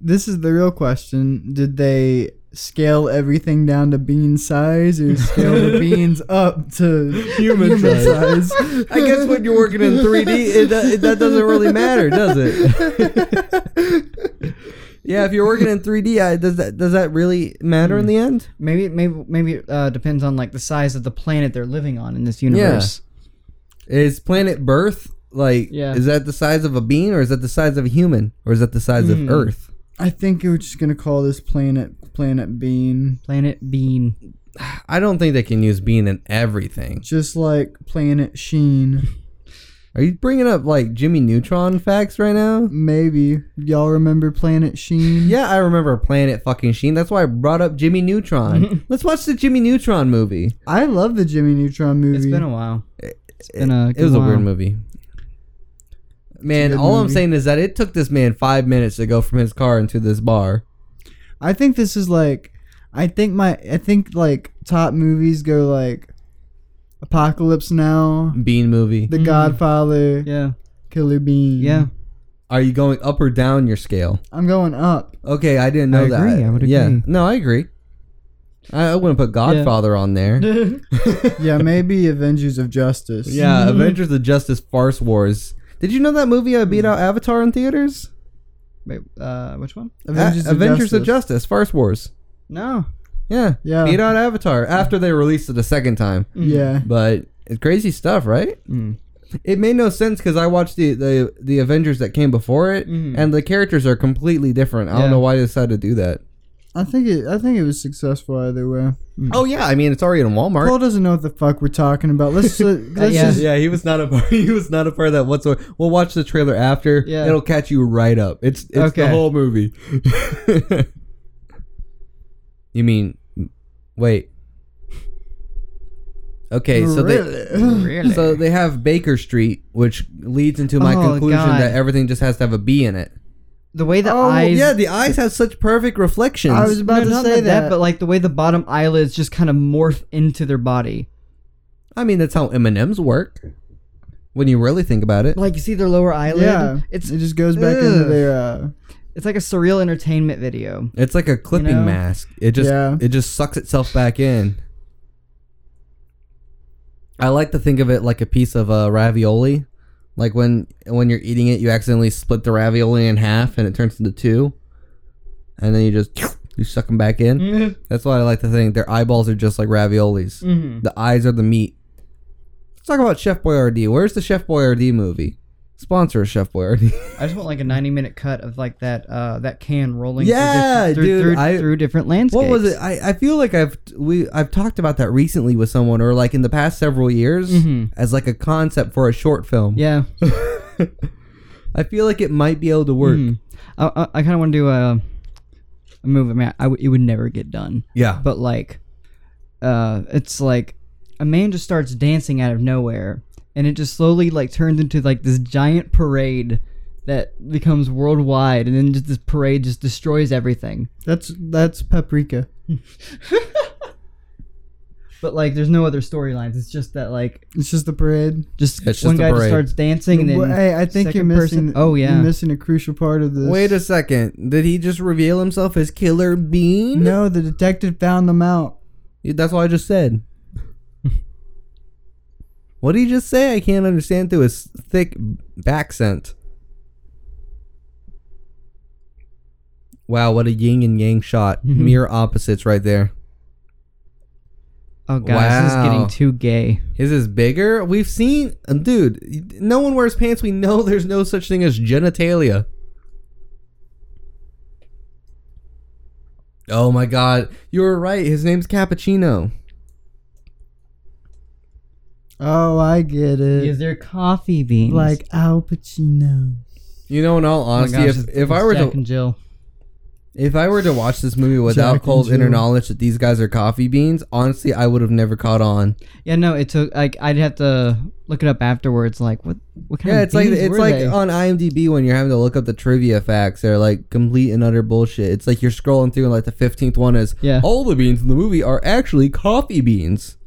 this is the real question. Did they scale everything down to bean size, or scale the beans up to
Human size. I guess when you're working in 3D, it, it, that doesn't really matter, does it? yeah, if you're working in 3D, I, does that does that really matter in the end?
Maybe, maybe, maybe it uh, depends on like the size of the planet they're living on in this universe.
Is planet Birth like?
Yeah.
Is that the size of a bean, or is that the size of a human, or is that the size
Hmm.
of Earth?
I think we're just gonna call this planet Planet Bean,
Planet Bean.
I don't think they can use bean in everything.
just like Planet Sheen.
Are you bringing up like Jimmy Neutron facts right now?
Maybe y'all remember Planet Sheen?
Yeah, I remember Planet fucking Sheen. That's why I brought up Jimmy Neutron. Let's watch the Jimmy Neutron movie.
I love the Jimmy Neutron movie.
It's been a while. It's been a.
It was a
while.
weird movie. Man,
good
all I'm
movie.
saying is that it took this man five minutes to go from his car into this bar.
I think this is like I think my I think like top movies go like Apocalypse Now,
Bean movie.
The Godfather,
Mm. Yeah,
Killer
Mm-hmm.
Bean.
yeah.
Are you going up or down your scale?
I'm going up.
Okay, I didn't know
I
that.
agree, I would
Yeah,
agree.
no, I agree. I, I wouldn't put Godfather on there.
yeah, maybe Avengers of Justice.
Yeah, Avengers of Justice Farce Wars. Did you know that movie I beat out Avatar in theaters?
Wait, uh, which one?
Avengers,
A-
of,
Avengers
Justice.
of Justice Farce Wars.
No.
Yeah.
Yeah.
Beat out Avatar after they released it a second time.
Yeah.
But it's crazy stuff, right?
Mm.
it made no sense because I watched the, the the Avengers that came before it,
Mhm.
and the characters are completely different. I don't
Yeah.
know why they decided to do that.
I think it I think it was successful either way.
Mm.
Oh yeah, I mean it's already in Walmart.
Cole doesn't know what the fuck we're talking about. Let's uh, let's
yeah.
just
yeah, he was not a part. He was not a part of that whatsoever. We'll watch the trailer after.
Yeah.
it'll catch you right up. It's it's the
Okay.
whole movie. you mean, wait? Okay, so they
Really?
so they have Baker Street, which leads into my
Oh,
conclusion
God.
that everything just has to have a B in it.
the way the
Oh,
eyes.
yeah, the eyes have such perfect reflections.
I was about
No,
to
not
say
that,
that,
but like the way the bottom eyelids just kind of morph into their body.
I mean, that's how M and M's work. When you really think about it,
Like you see their lower eyelid.
yeah,
It's
it just goes back into
Ugh.
their uh,
it's like a surreal entertainment video.
it's like a clipping
know?
mask. It just
Yeah.
it just sucks itself back in. I like to think of it like a piece of uh, ravioli. Like when when you're eating it, you accidentally split the ravioli in half and it turns into two, and then you just You suck them back in.
Mm-hmm.
That's why I like to think their eyeballs are just like raviolis. The eyes are the meat. Let's talk about Chef Boyardee. Where's the Chef Boyardee movie? Sponsor Chef Boyardee.
I just want like a ninety-minute cut of like that uh that can rolling.
Yeah,
through, diff- through,
dude,
through,
I-
through different landscapes.
What was it? I, I feel like I've we I've talked about that recently with someone or like in the past several years
hmm
as like a concept for a short film.
Yeah.
I feel like it might be able to work.
Mm. I, I, I kind of want to do a, a movie. Man, I w- it would never get done.
Yeah.
But like, uh, it's like a man just starts dancing out of nowhere, and it just slowly like turns into like this giant parade that becomes worldwide, and then just this parade just destroys everything.
That's that's paprika.
But like, there's no other storylines. It's just that like,
It's just the parade.
just
It's just
one
the
guy
parade.
just starts dancing, and then
hey, I think you're
second
missing.
person- oh, yeah.
you're missing a crucial part of this.
Wait a second. Did he just reveal himself as Killer Bean?
no, the detective found them out.
Yeah, That's what I just said. what did he just say? I can't understand through his thick accent. Wow, what a yin and yang shot.
Mhm.
Mere opposites right there.
oh guys, this is
Wow.
getting too gay.
His is bigger. We've seen, uh, dude. No one wears pants. We know there's no such thing as genitalia. Oh my god, you were right. His name's Cappuccino.
Oh, I get it.
Is there coffee beans?
like Al Pacino.
You know, in all
Oh my
honesty,
gosh,
if,
it's-
if
it's
I were
Jack
to
and Jill.
if I were to watch this movie without
Jack and
Cole's inner
Jill.
knowledge that these guys are coffee beans, honestly, I would have never caught on.
Yeah, no, it took like I'd have to look it up afterwards. Like what? What kind
Yeah,
of
it's like
beans
it's
were
like
they?
on IMDb when you're having to look up the trivia facts. They're like complete and utter bullshit. It's like you're scrolling through and like the fifteenth one is
yeah.
all the beans in the movie are actually coffee beans.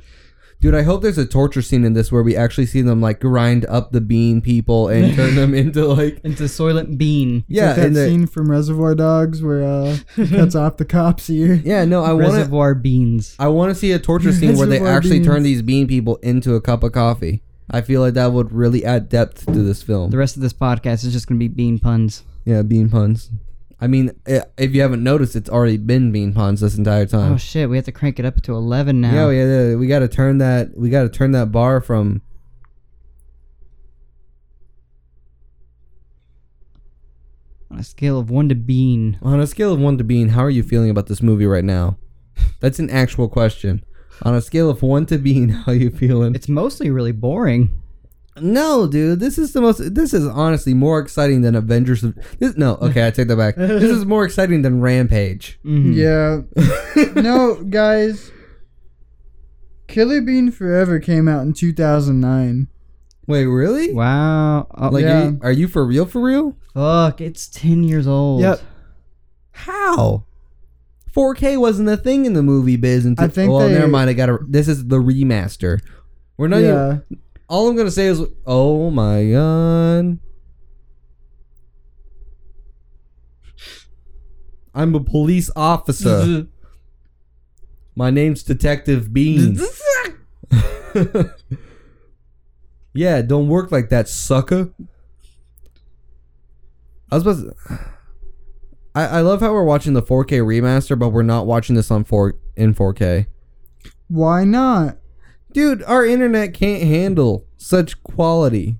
Dude, I hope there's a torture scene in this where we actually see them like grind up the bean people and turn them into like
It's a soylent bean.
It's
yeah,
like that
and the-
scene from Reservoir Dogs where uh, he cuts off the cop's ear.
yeah. No, I want to.
Reservoir beans.
I want to see a torture scene where they
Reservoir
actually
Beans.
turn these bean people into a cup of coffee. I feel like that would really add depth to this film.
The rest of this podcast is just gonna be bean puns.
Yeah, bean puns. I mean, i- if you haven't noticed, it's already been bean puns this entire
Oh
time.
shit, we have to crank it up to eleven
yeah,
now.
we, yeah, we got to turn that. We got to turn that bar from.
On a scale of one to bean.
On a scale of one to bean, how are you feeling about this movie right now? That's an actual question. On a scale of one to bean, how you feeling?
It's mostly really boring.
no, dude. This is the most. This is honestly more exciting than Avengers. of- This, no, okay, I take that back. this is more exciting than Rampage.
Mhm.
Yeah.
Mm.
no, guys. Killer Bean Forever came out in 2009.
Wait, really?
Wow. Oh,
Like,
Yeah.
are, you, are you for real? For real?
fuck, it's ten years old.
Yep.
How? 4K wasn't a thing in the movie biz until.
I think
well,
they-
never mind. I got to. This is the remaster. We're not even.
yeah.
All I'm gonna say is, oh my god. I'm a police officer. my name's Detective Bean. yeah, don't work like that, sucker. I was supposed. To, I I love how we're watching the 4K remaster, but we're not watching this on four in 4K.
Why not?
Dude, our internet can't handle such quality.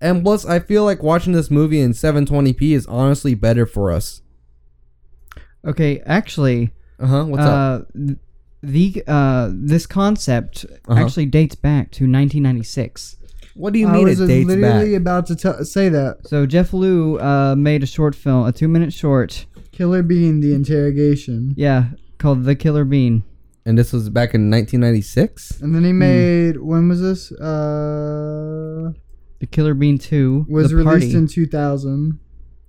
And plus, I feel like watching this movie in 720p is honestly better for us.
Okay, actually,
Uh huh. What's up?
uh, th- the uh, this concept
Uh-huh.
actually dates back to 1996.
What do you
I
mean
was
it dates back?
literally about to t- say that.
So Jeff Liu uh, made a short film, a two-minute short,
Killer Bean, the interrogation.
yeah, called The Killer Bean.
And this was back in 1996.
And then he made, when was this? Uh,
The Killer Bean Two
was
The
released
Party.
in 2000.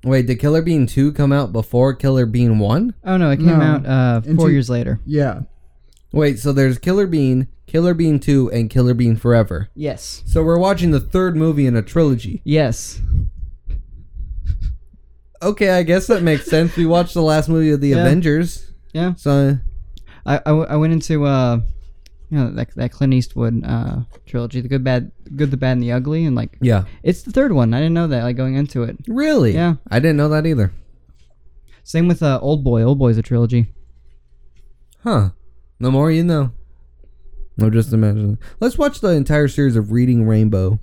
Wait, did Killer Bean 2 come out before Killer Bean 1?
oh no, it came
No.
out uh,
In
four
two-
years later.
Yeah.
Wait, so there's Killer Bean, Killer Bean 2, and Killer Bean Forever.
Yes.
So we're watching the third movie in a trilogy.
Yes.
Okay, I guess that makes sense. We watched the last movie of the
Yeah.
Avengers.
Yeah.
So
I, I, w- I went into uh, you know that that Clint Eastwood uh trilogy, The Good Bad, Good the Bad and the Ugly, and like
yeah,
it's the third one. I didn't know that. Like going into it.
really?
Yeah.
I didn't know that either.
Same with uh, Old Boy. Old Boy's a trilogy.
Huh. No more you know. I'm just imagining. Let's watch the entire series of Reading Rainbow.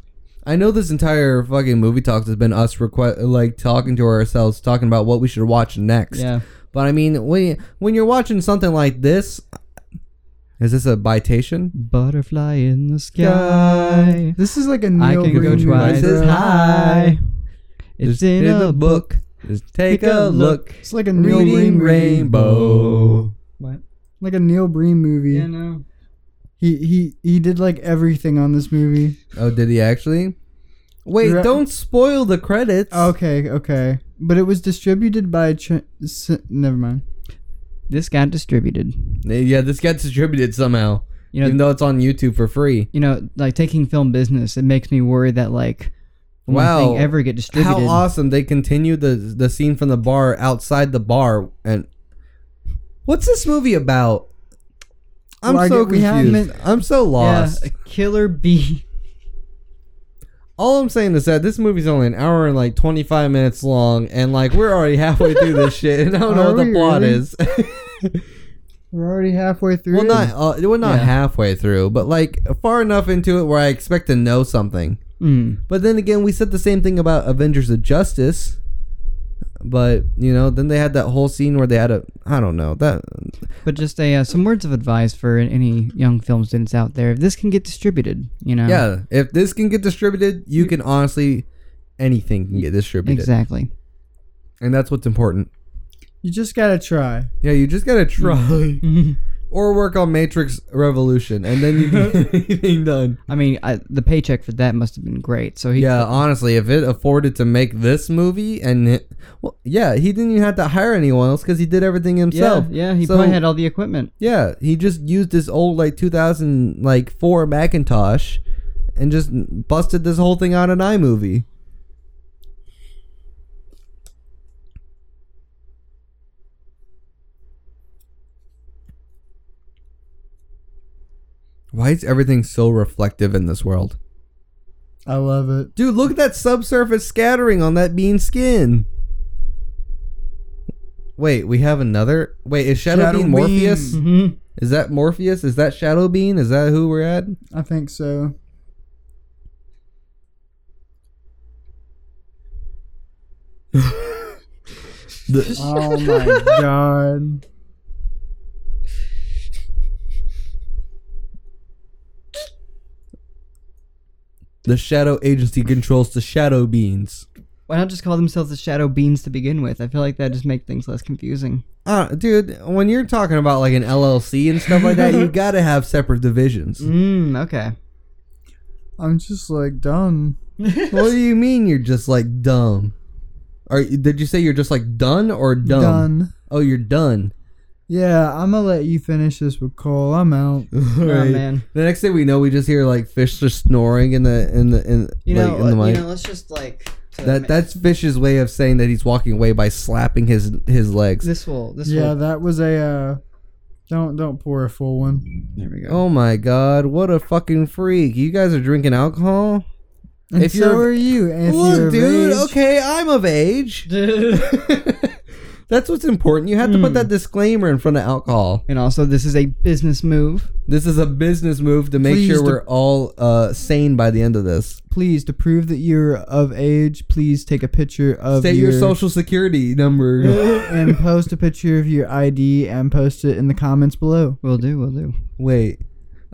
I know this entire fucking movie talks has been us requ- like talking to ourselves, talking about what we should watch next.
Yeah.
But I mean, when when you're watching something like this, is this a bitation?
Butterfly in the sky.
This is like a
I
Neil
can go
Green movie.
twice
This
as
is
high. It's
Just
in, a book.
Just take a look.
It's like a Neil
Reading
Green
Rainbow.
What?
like a Neil Breen movie.
Yeah, no.
He he he did like everything on this movie.
Oh, did he actually? Wait,
Re-
don't spoil the credits.
Okay, okay, but it was distributed by. Ch- S- never mind.
This got distributed.
Yeah, this got distributed somehow,
You know,
even though it's on YouTube for free.
you know, like taking film business, it makes me worry that like will my
Wow.
thing ever get distributed.
How awesome! They continue the the scene from the bar outside the bar, and what's this movie about? I'm
Well, I
so
get- we haven't-
confused. I'm so
yeah,
lost.
a killer bee.
All I'm saying is that this movie's only an hour and like 25 minutes long, and like we're already halfway through this shit, and I don't know
Are
what the
we
plot
really?
is.
We're already halfway through.
well,
it.
not uh, we're not
Yeah.
halfway through, but like far enough into it where I expect to know something.
Mm.
But then again, we said the same thing about Avengers of Justice. But you know, then they had that whole scene where they had a I don't know that
But just a uh, some words of advice for any young film students out there: if this can get distributed, you know,
yeah. If this can get distributed, you can honestly anything can get distributed,
exactly.
and that's what's important.
You just gotta try.
Yeah, you just gotta try or work on Matrix Revolution, and then you can get anything done.
I mean, I, the paycheck for that must have been great. So he,
Yeah, honestly, if it afforded to make this movie and it, well, yeah, he didn't even have to hire anyone else because he did everything
yeah,
himself.
yeah, he
So-
probably had all the equipment.
Yeah, he just used his old like 2000 like four Macintosh, and just busted this whole thing out in iMovie. Why is everything so reflective in this world?
I love it.
Dude, look at that subsurface scattering on that bean skin. Wait, we have another. Wait, is Shadow,
Shadow
Bean
Bean.
Morpheus?
Mm-hmm.
Is that Morpheus? Is that Shadow Bean? Is that who we're at?
I think so. Oh my god.
The Shadow Agency controls the Shadow Beans.
Why not just call themselves the Shadow Beans to begin with? I feel like that just make things less confusing.
Uh, dude, when you're talking about like an LLC and stuff like that, you gotta have separate divisions.
Mm, okay.
I'm just like done.
what do you mean you're just like dumb? Are did you say you're just like done or dumb?
Done.
Oh, you're done.
Yeah, I'm gonna let you finish this with Cole. I'm out.
Oh
Alright.
man.
The next thing we know, we just hear like fish just snoring in the in the in,
You
like,
know,
in the
uh,
mic.
you know, let's just like to
that
ma-
that's fish's way of saying that he's walking away by slapping his his legs.
this will this
Yeah,
will
that was a. Uh, don't don't pour a full one.
there we go.
Oh my god, what a fucking freak. You guys are drinking alcohol?
And
If
Mm-hmm. so
you're-
are you, Anthony.
Look,
of
dude,
age.
okay, I'm of age. That's what's important. You have to put that disclaimer in front of alcohol.
and also, this is a business move.
This is a business move to make
Please
sure
do-
we're all uh, sane by the end of this.
Please, to prove that you're of age, please take a picture of
State your social security number.
and post a picture of your ID and post it in the comments below.
We'll do. We'll do.
Wait.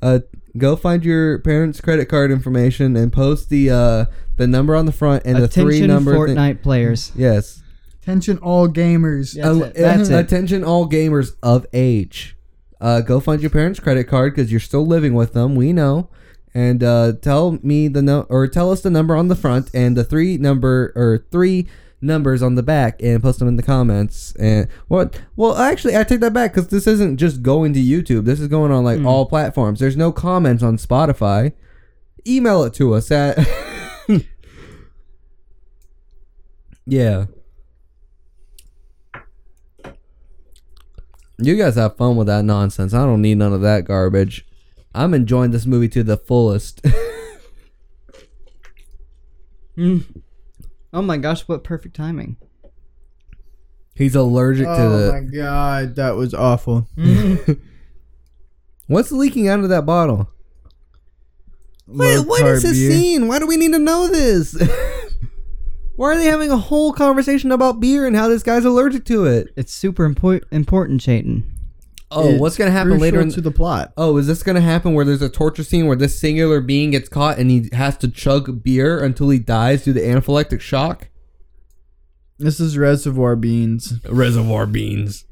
Uh, go find your parents' credit card information and post the uh, the number on the front and the
Attention,
three number. thing-
Fortnite players.
Yes.
Attention, all gamers.
Yeah. That's
Uh,
it. Oh, That's it.
Attention, all gamers of age. Uh, go find your parents' credit card because you're still living with them. We know. And uh, tell me the no- or tell us the number on the front and the three number or three numbers on the back and post them in the comments. And what? Well, actually, I take that back because this isn't just going to YouTube. This is going on like
Mm.
all platforms. There's no comments on Spotify. Email it to us at. yeah. You guys have fun with that nonsense. I don't need none of that garbage. I'm enjoying this movie to the fullest.
Mm. Oh my gosh, what perfect timing.
He's allergic to
Oh
the.
my god, that was awful.
What's leaking out of that bottle? Wait,
Low
what is
carb
this
beer.
scene? Why do we need to know this? Why are they having a whole conversation about beer and how this guy's allergic to it?
It's super impo- important, Chayton.
Oh,
It's
what's gonna happen later?
Crucial
In
to the plot.
oh, is this gonna happen where there's a torture scene where this singular being gets caught and he has to chug beer until he dies due to anaphylactic shock?
This is Reservoir Beans.
Reservoir beans.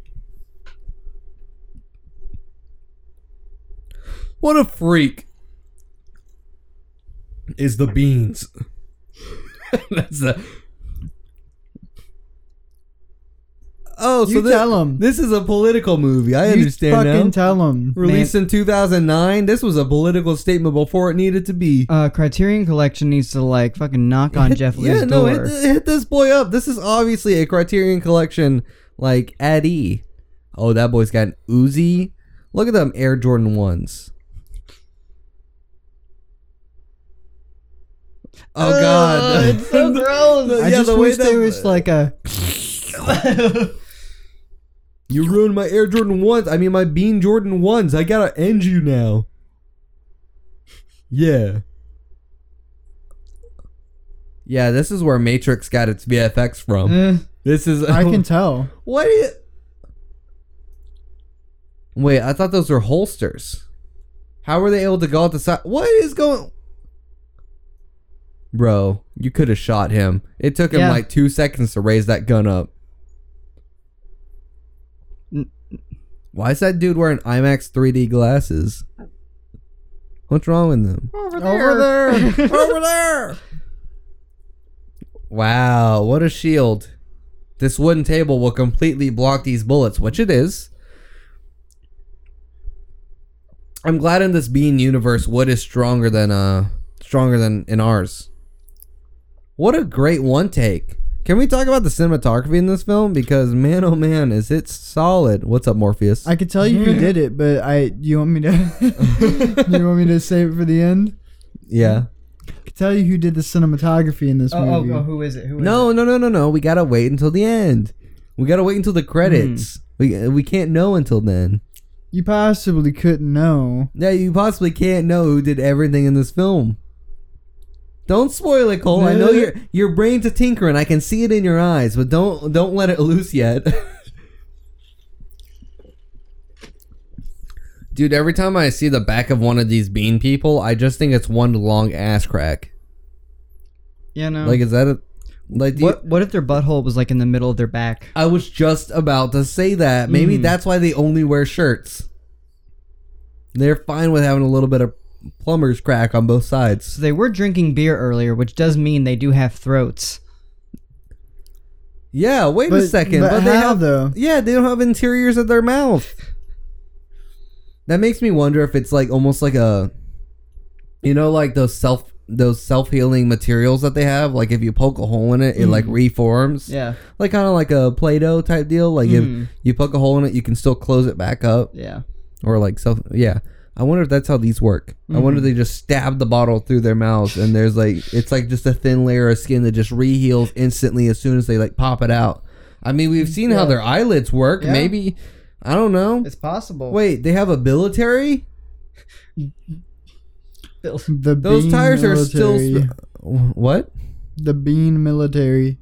What a freak is the beans. That's the. Oh, so
you
thi-
tell him.
this is a political movie. I
you
understand
fucking
now.
tell him.
Released in 2009, this was a political statement before it needed to be.
Uh, Criterion Collection needs to like fucking knock on Jeff Lee's
yeah, no,
door.
hit, hit this boy up. This is obviously a Criterion Collection like Addy. Oh, that boy's got an Uzi. Look at them Air Jordan ones. Oh God,
it's so gross.
I
Yeah,
just
the way
wish there
that-
was like a.
you ruined my Air Jordan ones. I mean my Bean Jordan ones. I gotta end you now. Yeah. Yeah, this is where Matrix got its VFX from.
Eh,
This is
I can tell.
What is? Wait, I thought those were holsters. How were they able to go out the side? What is going? Bro, you could have shot him. It took him
Yeah.
like two seconds to raise that gun up.
N-
Why is that dude wearing IMAX 3D glasses? What's wrong with them?
over
Over there.
Over there. Wow, what a shield. This wooden table will completely block these bullets, which it is. I'm glad in this bean universe wood is stronger than uh stronger than in ours. What a great one take. Can we talk about the cinematography in this film? Because man oh man, is it solid. What's up, Morpheus?
I could tell you
Mm-hmm.
who did it, but I. You want me
Oh,
to? you want me to save it for the end?
yeah.
I could tell you who did the cinematography in this
Oh,
movie.
oh, oh, who is it? Who is
No, no, no, no, no. We gotta wait until the end. We gotta wait until the credits. We we can't know until then.
You possibly couldn't know.
Yeah, you possibly can't know who did everything in this film. Don't spoil it, Cole. I know your your brain's a tinkering. I can see it in your eyes, but don't don't let it loose yet. Dude, every time I see the back of one of these bean people, I just think it's one long ass crack.
it? Yeah, no.
Like, is that a like? do you-
what? What if their butthole was like in the middle of their back?
I was just about to say that. Maybe
Mhm.
that's why they only wear shirts. They're fine with having a little bit of plumber's crack on both sides.
So they were drinking beer earlier, which does mean they do have throats.
Yeah, wait a second.
But,
But, they
how,
have
though?
Yeah, they don't have interiors of their mouth. That makes me wonder if it's like almost like a you know like those self those self-healing materials that they have like if you poke a hole in it it
Mm-hmm.
like reforms.
Yeah,
Like kind of like a Play-Doh type deal like if
Mm.
Mhm.
you poke a hole in it you can still close it back up.
yeah.
or like self yeah i wonder if that's how these work i wonder
Mm-hmm.
if they just stab the bottle through their mouths and there's like it's like just a thin layer of skin that just reheals instantly as soon as they like pop it out i mean we've seen how
Yeah.
their eyelids work
Yeah.
maybe i don't know
It's possible.
wait they have a bilitary
The
those
bean
tires are still
military.
sp- what
the bean military.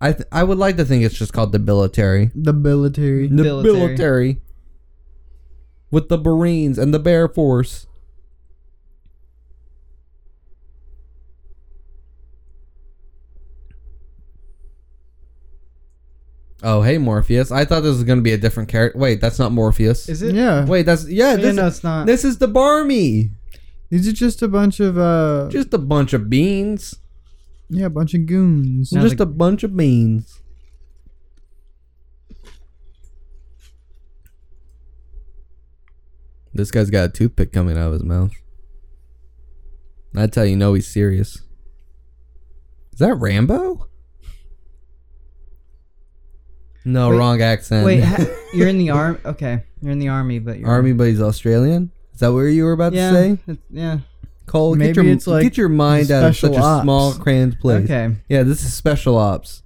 I, th- I would like to think it's just called the bilitary
The military.
the
Bilitary.
bilitary with the marines and the bear force oh hey morpheus i thought this was gonna be a different character wait that's not morpheus
Is it? Oh,
Yeah.
wait that's yeah
Yeah,
this,
no, it's not.
this is the barmy
These are just a bunch of uh
just a bunch of beans
yeah, a bunch of goons.
No. Now
just
the-
a bunch of beans. This guy's got a toothpick coming out of his mouth. That's how you know he's serious. Is that Rambo? No,
Wait-
wrong accent.
Wait, ha- you're in the arm. Okay, you're in the army, but you're
Army, but he's Australian. Is that what you were about
Yeah,
to say,
it's- yeah.
Cole? get
Maybe
your,
it's like
get your mind out of such
special
a small,
ops.
crammed place.
Okay.
Yeah, this is special ops.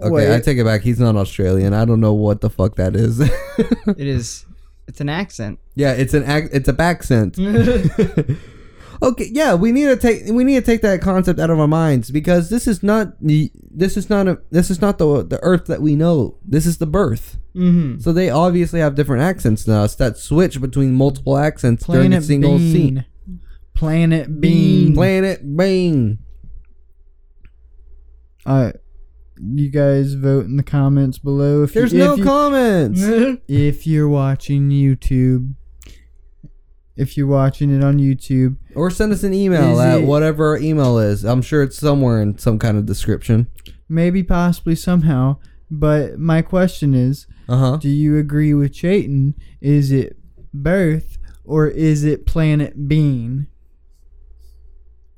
Okay,
Wait.
I take it back. He's not Australian. I don't know what the fuck that is.
It is. It's an accent.
yeah, it's an ac- it's a accent.
yeah,
okay, yeah, we need to take we need to take that concept out of our minds because this is not the this is not a this is not the the Earth that we know. This is the birth. Mm-hmm. So they obviously have different accents than us that switch between multiple accents during a
Planet
single
Bean.
scene.
Planet Bean.
Planet Bean.
All right. You guys vote in the comments below if
There's
you,
no
if you,
comments.
if you're watching YouTube. If you're watching it on YouTube,
Or send us an email
Is
at
it-
whatever our email is. I'm sure it's somewhere in some kind of description.
maybe possibly somehow, but my question is,
Uh
Uh-huh.
huh.
do you agree with Chayton? Is it birth or is it Planet Bean?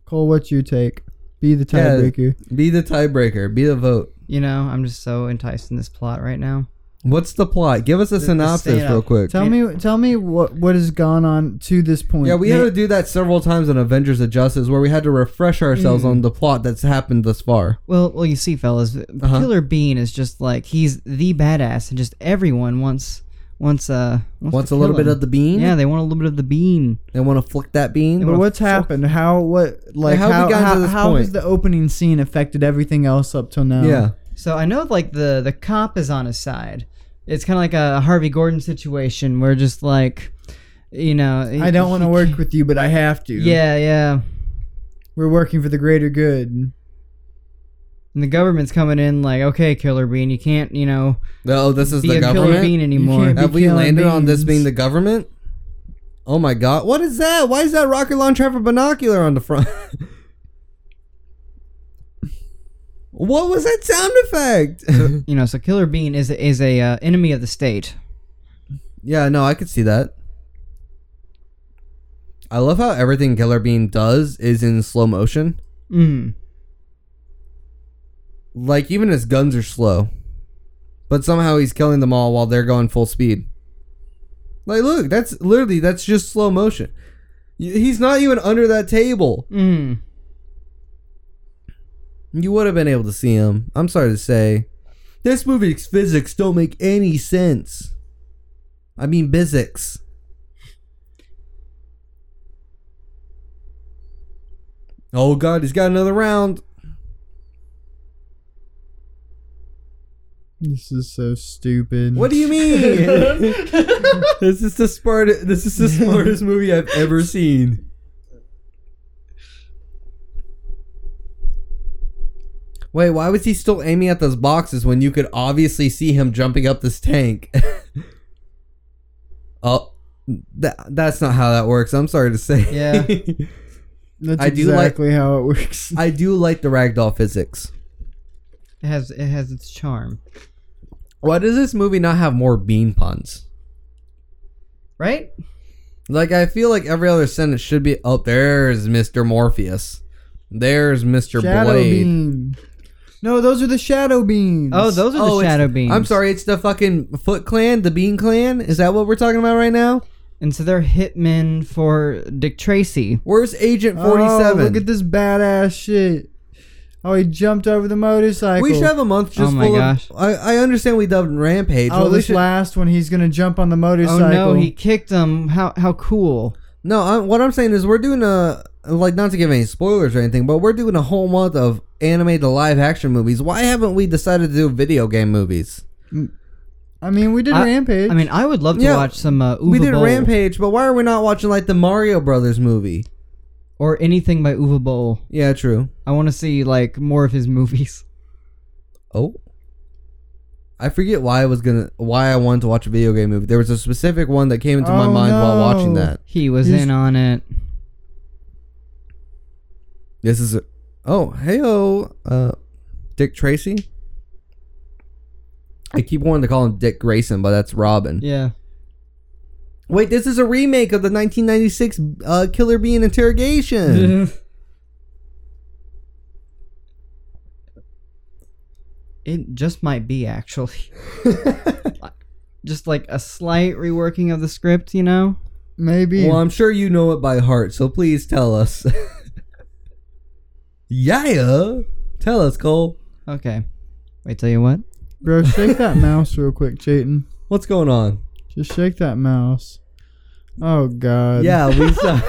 Cole, what's your take? Be the
Yeah.
tiebreaker.
Be the tiebreaker. Be the vote.
you know, I'm just so enticed in this plot right now.
What's the plot? Give us a
the
synopsis
setup.
real quick.
Tell me, tell me what what has gone on to this point.
Yeah, we
Ma-
had to do that several times in Avengers of Justice where we had to refresh
Mm.
ourselves on the plot that's happened thus far.
Well, well, you see, fellas,
Uh-huh.
Killer Bean is just like he's the badass, and just everyone wants wants uh wants,
Wants a
to
little
kill
bit
him.
of the bean?
Yeah, they want a little bit of the bean.
They want to flick that bean.
But what's happened? How what like
how we
how
gotten to
how,
this
how
point?
has the opening scene affected everything else up till now?
yeah.
So I know like the the cop is on his side. It's kind of like a Harvey Gordon situation where just like, you know,
I don't want to work with you, but I have to.
Yeah, yeah.
we're working for the greater good.
And the government's coming in like, okay, Killer Bean, you can't, you know,
No, Oh, this is
be
the
a Killer Bean
government.
anymore.
can't be
Have we
killing
landed on this
beans.
being the government? Oh my god. What is that? Why is that rocket launcher have a binocular on the front? what was that sound effect?
You know, so Killer Bean is a, is a uh, enemy of the state.
yeah, no, I could see that. I love how everything Killer Bean does is in slow motion.
Mm.
Like even his guns are slow. But somehow he's killing them all while they're going full speed. Like look, that's literally that's just slow motion. Y- He's not even under that table.
Mm.
You would have been able to see him. I'm sorry to say. This movie's physics don't make any sense. I mean physics. Oh god, he's got another round.
This is so stupid.
What do you mean? this is the smart. This is the smartest movie I've ever seen. Wait, why was he still aiming at those boxes when you could obviously see him jumping up this tank? oh, that, that's not how that works. I'm sorry to say.
Yeah.
That's
I do like-
exactly how it works.
I do like the ragdoll physics.
It has it has its charm,
Why does this movie not have more bean puns?
right?
Like I feel like every other sentence should be oh there's Mr. Morpheus. There's Mr.
shadow
Blade.
beam. No, those are the shadow beams.
Oh, those are
Oh,
the
it's-
shadow beams.
I'm sorry, it's the fucking Foot Clan, the Bean Clan. Is that what we're talking about right now?
And so they're hitmen for Dick Tracy.
Where's Agent
Oh,
47?
look at this badass shit. Oh, he jumped over the motorcycle.
we should have a month just
Oh my
full
gosh.
of I, I understand we dubbed Rampage.
Oh,
but we
this
should-
last one, he's gonna jump on the
Oh
motorcycle.
no, he kicked him. How how cool.
No, I, what I'm saying is we're doing a like not to give any spoilers or anything, but we're doing a whole month of anime to live action movies. Why haven't we decided to do video game movies?
I mean, we did
I-
rampage.
I mean, I would love to
Yeah,
watch some uh, Uwe
we did
Boll
Rampage, but why are we not watching like the Mario Brothers movie?
or anything by Uwe Boll.
Yeah, true.
I want to see like more of his movies.
Oh. I forget why I was gonna why I wanted to watch a video game movie. There was a specific one that came into my
Oh,
mind while watching
no.
that.
He was
He's-
in on it.
This is a, oh hey oh uh Dick Tracy. I keep wanting to call him Dick Grayson, but that's Robin.
Yeah.
Wait, this is a remake of the 1996 uh, Killer Bean Interrogation.
it just might be actually. just like a slight reworking of the script, you know?
maybe.
well, I'm sure you know it by heart, so please tell us. yeah, tell us, Cole.
Okay. Wait, tell you what.
Bro, shake that mouse real quick, Chayton.
What's going on?
Just shake that mouse. Oh God.
Yeah, we still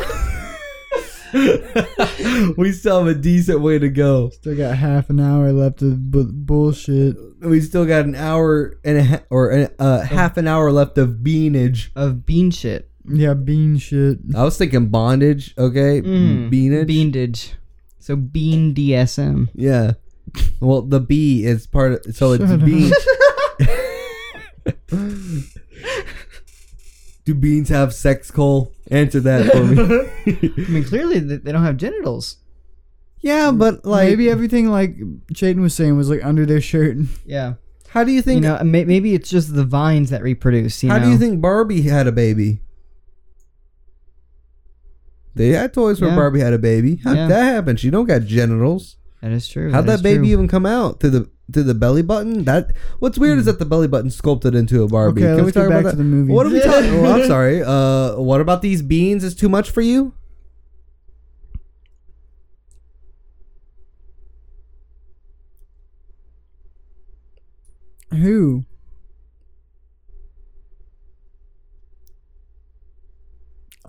we still have a decent way to go.
Still got half an hour left of bu- bullshit.
We still got an hour and a ha- or a uh, half an hour left of beanage.
Of bean shit.
Yeah, bean shit.
I was thinking bondage. Okay,
Hmm.
Mm.
beanage.
Beandage. So bean DSM.
Yeah. Well, the B is part of so
Shut
it's
up.
B. Do beans have sex, Cole? Answer that for me.
I mean, clearly th- they don't have genitals.
yeah, but like,
Maybe everything like Chayton was saying was like under their shirt.
Yeah.
how do you think?
You know, may- maybe it's just the vines that reproduce. You
how
know?
do you think Barbie had a baby? They had toys where
Yeah.
Barbie had a baby. How'd
Yeah.
that happen? She don't got genitals.
that is true?
How'd
is
that baby
true.
even come out through the through the belly button? That what's weird is that the belly button sculpted into a Barbie.
Hmm. Okay,
Can
let's
we talk
get back
about
to
that?
the movie.
What are we talking? Oh, I'm sorry. Uh, what about these beans? Is too much for you?
Who?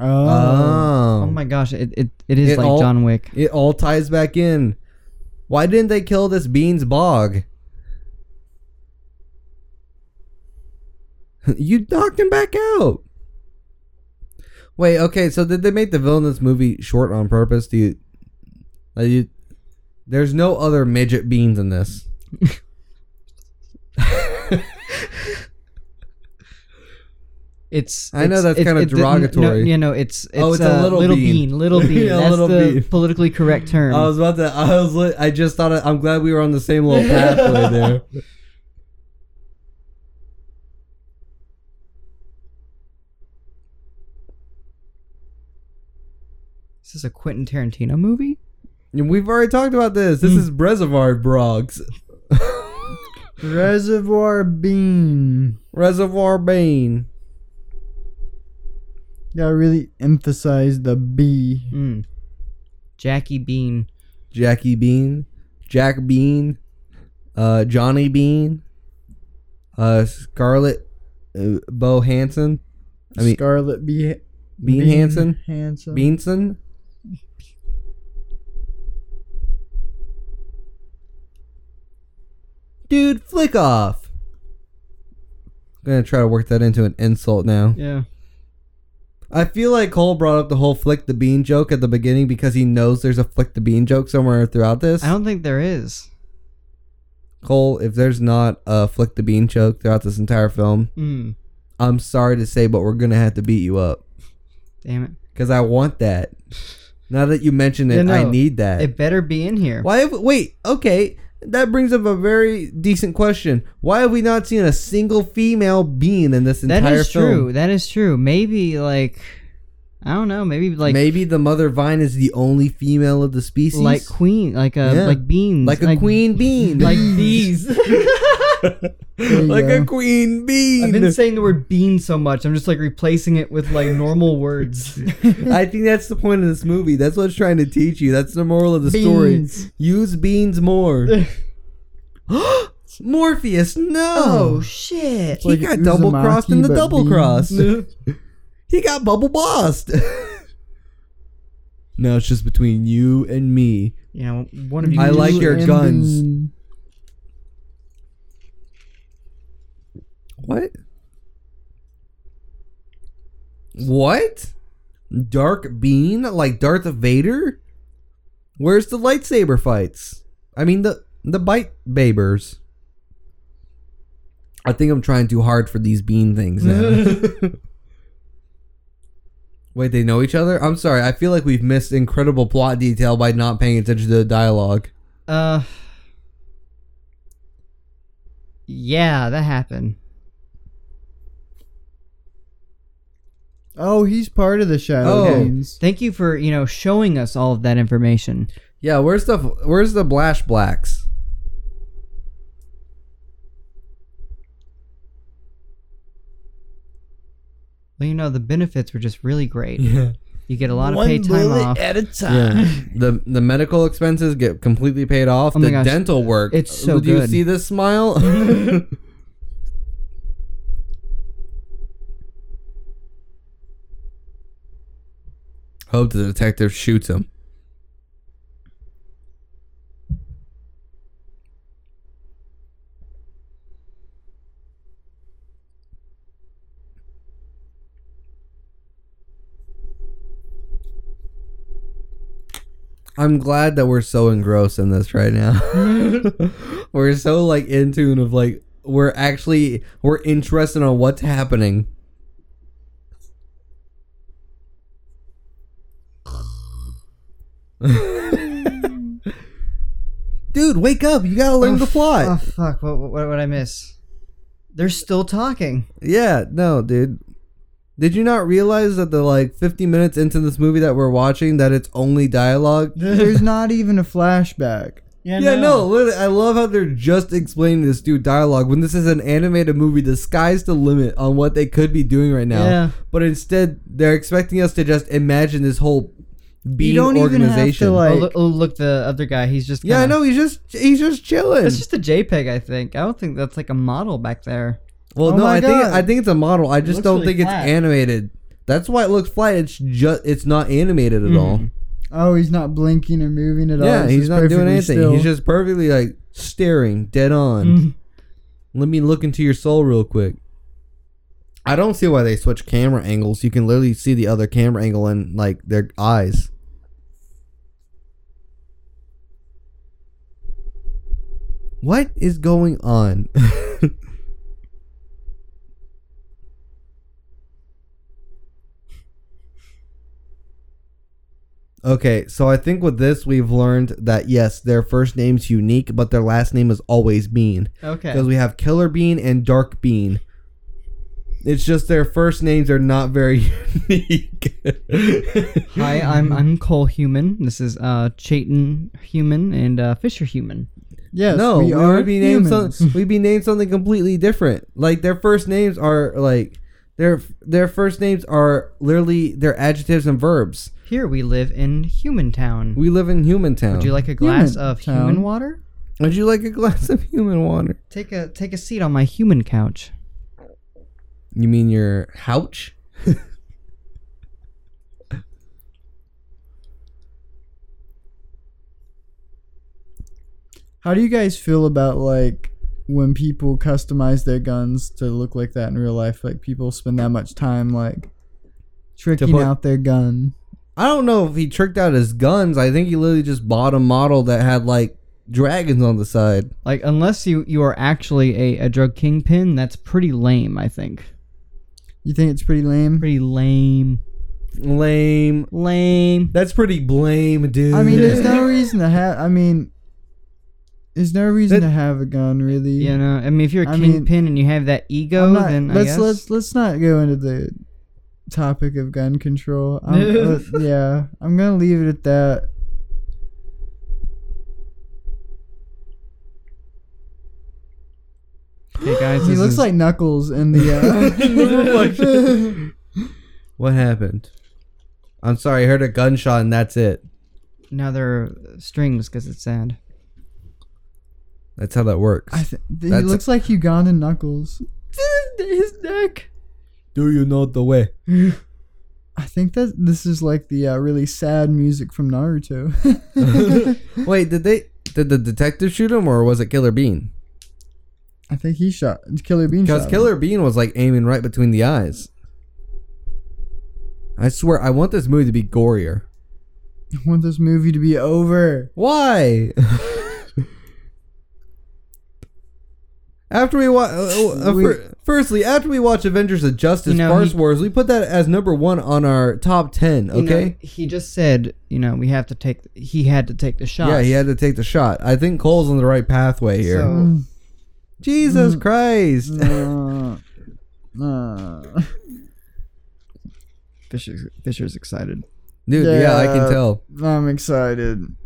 Oh.
Oh,
Oh my gosh! It it, it is
It
like
all-
John Wick.
It all ties back in. Why didn't they kill this beans bog? you knocked him back out. Wait, okay. So did they make the villain in this movie short on purpose? Do you? Are you there's no other midget beans in this.
It's
I know
it's-
that's
it's-
kinda
it didn't- no,
derogatory.
you know, it's it's,
Oh, it's a
uh,
little bean.
bean. little bean.
Yeah,
That's
little
the
bean. Oh,
politically correct term.
I was about to. I was. Li- I just thought. I, am glad we were on the same little pathway there.
Is this a Quentin Tarantino movie?
And We've already talked about this. This is Reservoir Brogs.
Reservoir Bean.
Reservoir Bean.
Gotta really emphasize the B.
Mm. Jackie Bean.
Jackie Bean, Jack Bean, uh, Johnny Bean, uh, Scarlett uh, Bohansen, I mean-
Scarlet B.
Bean, Hansen,
Hansen.
Beanson. Dude, flick off. I'm gonna try to work that into an insult now.
Yeah.
I feel like Cole brought up the whole flick the bean joke at the beginning because he knows there's a flick the bean joke somewhere throughout this.
I don't think there is.
Cole, if there's not a flick the bean joke throughout this entire film,
Mm.
I'm sorry to say, but we're gonna have to beat you up
Damn it.
because I want that. Now that you mention it,
Yeah, no.
I need that.
It better be in here.
Why? Have, wait, okay, that brings up a very decent question. Why have we not seen a single female bean in this
That
entire
is
film?
true. That is true. Maybe like I don't know. Maybe like
Maybe the mother vine is the only female of the species,
like queen, like a
Yeah.
like beans,
like a queen bean,
like bees.
you
like a
go.
queen bean.
I've been saying the word bean so much. I'm just like replacing it with like normal words.
I think that's the point of this movie. That's what it's trying to teach you. That's the moral of the
Beans.
story. Use beans more. Morpheus, no.
Oh, shit!
he
Oh, like
got
Uzumaki,
double crossed in the
but
double
beans.
cross. he got bubble bossed. now it's just between you and me.
You know, one of you.
I like your
and
guns.
Bean.
What? What? Dark Bean like Darth Vader? Where's the lightsaber fights? I mean the the bite babers. I think I'm trying too hard for these bean things now. Wait, they know each other? I'm sorry. I feel like we've missed incredible plot detail by not paying attention to the dialogue.
Uh. Yeah, that happened.
Oh, he's part of the Shadow
Oh.
Beans.
Thank you for you know showing us all of that information.
Yeah, where's the where's the Blash Blacks?
Well, you know the benefits were just really great.
Yeah.
You get a lot of paid time off.
at a time.
Yeah. the the medical expenses get completely paid off.
Oh my
the
gosh.
dental work.
It's so
Do you
good.
see this smile? Hope the detective shoots him. I'm glad that we're so engrossed in this right now. we're so like in tune of like we're actually we're interested on what's happening. Dude, wake up! You gotta learn the
Oh
plot.
fuck! What, what what would I miss? They're still talking.
Yeah, no, dude. Did you not realize that the like 50 minutes into this movie that we're watching that it's only dialogue?
There's not even a flashback.
Yeah, no, literally, I love how they're just explaining this dude dialogue when this is an animated movie. The sky's the limit on what they could be doing right now.
Yeah.
But instead, they're expecting us to just imagine this whole being
you don't even
organization.
have to
oh,
like.
look, oh, look, the other guy. He's just
yeah, I
kinda-
know. He's just he's just chilling.
That's just a JPEG, I think. I don't think that's like a model back there.
well,
Oh
no,
my
I think
God.
I think it's a model. I just
looks
don't
really
think
flat.
it's animated. That's why it looks flat. It's just it's not animated at
Mm-hmm.
all.
oh, he's not blinking or moving at all.
Yeah,
This
he's
is
not doing
perfectly
anything.
still. Mm-hmm.
He's just perfectly like staring dead on. Let me look into your soul real quick. I don't see why they switch camera angles. You can literally see the other camera angle and like their eyes. What is going on? okay, so I think with this we've learned that yes, their first name's unique, but their last name is always mean
Okay.
because we have Killer Bean and Dark Bean. It's just their first names are not very unique.
Hi, I'm I'm Cole Human. This is uh Chayton Human and uh Fisher Human.
yes,
no,
we, are
would be named
humans.
some, we'd be named something completely different. Like their first names are like their their first names are literally their adjectives and verbs.
Here we live in Human Town.
We live in human town.
Would you like a glass
Human
of
Town.
human water?
Would you like a glass of human water?
Take a take a seat on my human couch.
You mean your couch?
How do you guys feel about like when people customize their guns to look like that in real life? Like people spend that much time like tricking
put-
out their gun.
I don't know if he tricked out his guns. I think he literally just bought a model that had like dragons on the side.
Like unless you you are actually a, a drug kingpin, that's pretty lame, I think.
You think it's pretty lame?
Pretty lame.
Lame.
Lame.
That's pretty blame, dude.
I mean, there's no reason to have. I mean, there's no reason
That-
to have a gun, really.
You know, I mean if you're a
I mean-
kingpin and you have that ego,
I'm not-
then I
let's
guess
let's let's not go into the topic of gun control. I'm, uh, yeah, I'm gonna leave it at that.
Okay guys,
He
this
looks
is-
like Knuckles in the. Uh,
what happened? I'm sorry, I heard a gunshot and that's it.
now there are strings because it's sad.
That's how that works.
I th- he
That's-
looks like Ugandan Knuckles.
His neck.
Do you know the way?
I think that this is like the uh, really sad music from Naruto.
Wait, did they? Did the detective shoot him or was it Killer Bean?
I think he shot Killer Bean.
Because
shot him.
Killer Bean was like aiming right between the eyes. I swear, I want this movie to be gorier.
I want this movie to be over.
Why? after we watch, uh, uh,
We-
fir- firstly, after we watch Avengers of Justice,
You know,
Farce
he-
Wars, we put that as number one on our top ten.
You know,
Okay.
he just said, you know, we have to take. He had to take the shot.
Yeah, he had to take the shot. I think Cole's on the right pathway here.
So-
Mm,
Jesus Christ.
no. No.
Fisher, Fisher's excited.
Dude, yeah. I
Yeah.
can tell.
I'm excited.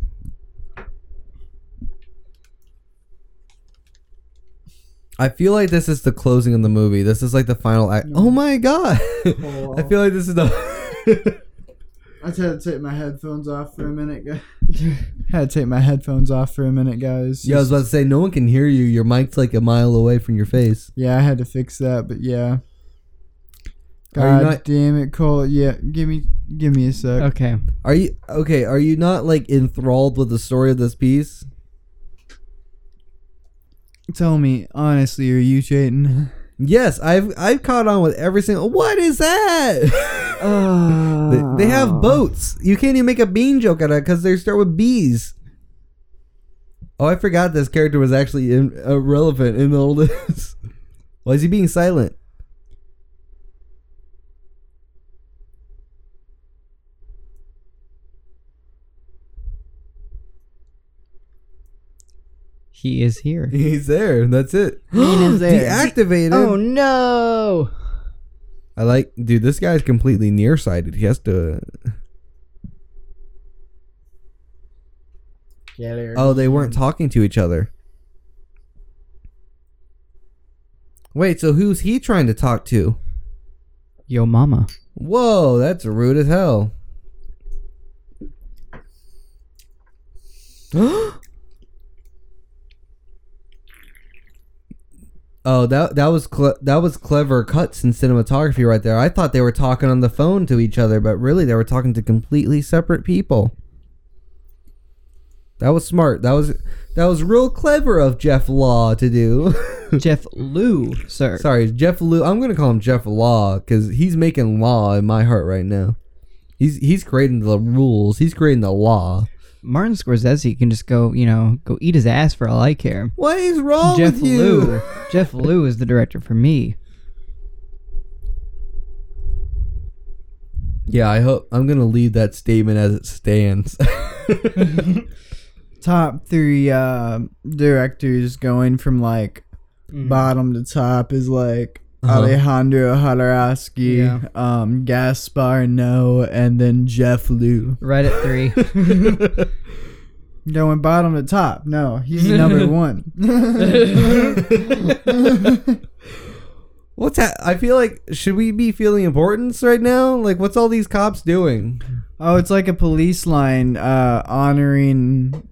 I feel like this is the closing of the movie.
Oh.
This is like the final act. Oh my god. I feel like this is the
I just had to take my headphones off for a minute, guys. had to take my headphones off for a minute, guys.
Yeah, I was about to say no one can hear you. Your mic's like a mile away from your face.
Yeah, I had to fix that, but yeah.
Are
God
you not-
damn it, Cole. Yeah, give me give me a sec.
Okay.
Are you okay? Are you not like enthralled with the story of this piece?
Tell me, honestly, are you cheating?
Yes, I've I've caught on with every single. What is that? They-
Uh,
they, have boats. You can't even make a bean joke out of it because they start with bees. Oh, I forgot this character was actually in, irrelevant in all this. Why is he being silent?
He is here.
He's there. That's it.
Bean is there.
Deactivated.
Oh no!
I like, dude. This guy's completely nearsighted. He has to.
Yeah,
Oh, they weren't talking to each other. Wait, so who's he trying to talk to?
Yo, mama.
Whoa, that's rude as hell. oh, that that was cle that was clever cuts in cinematography right there. I thought they were talking on the phone to each other, but really they were talking to completely separate people. That was smart. That was that was real clever of Jeff Law to do.
Jeff Lou, sir.
Sorry, Jeff Lou. I'm gonna call him Jeff Law because he's making law in my heart right now. He's he's creating the rules. He's creating the law.
Martin Scorsese can just go, you know, go eat his ass for all I care.
What is wrong
Jeff
with you?
Lou. Jeff Lou is the director for me.
Yeah, I hope I'm gonna leave that statement as it stands.
top three uh, directors going from like
Mm.
bottom to top is like
Uh-huh.
Alejandro Jodorowsky,
Yeah.
um, Gaspar Noé, and then Jeff Liu.
Right at three.
Going bottom to top. No, he's number one.
what's ha- I feel like should we be feeling importance right now? Like, what's all these cops doing?
oh, it's like a police line uh, honoring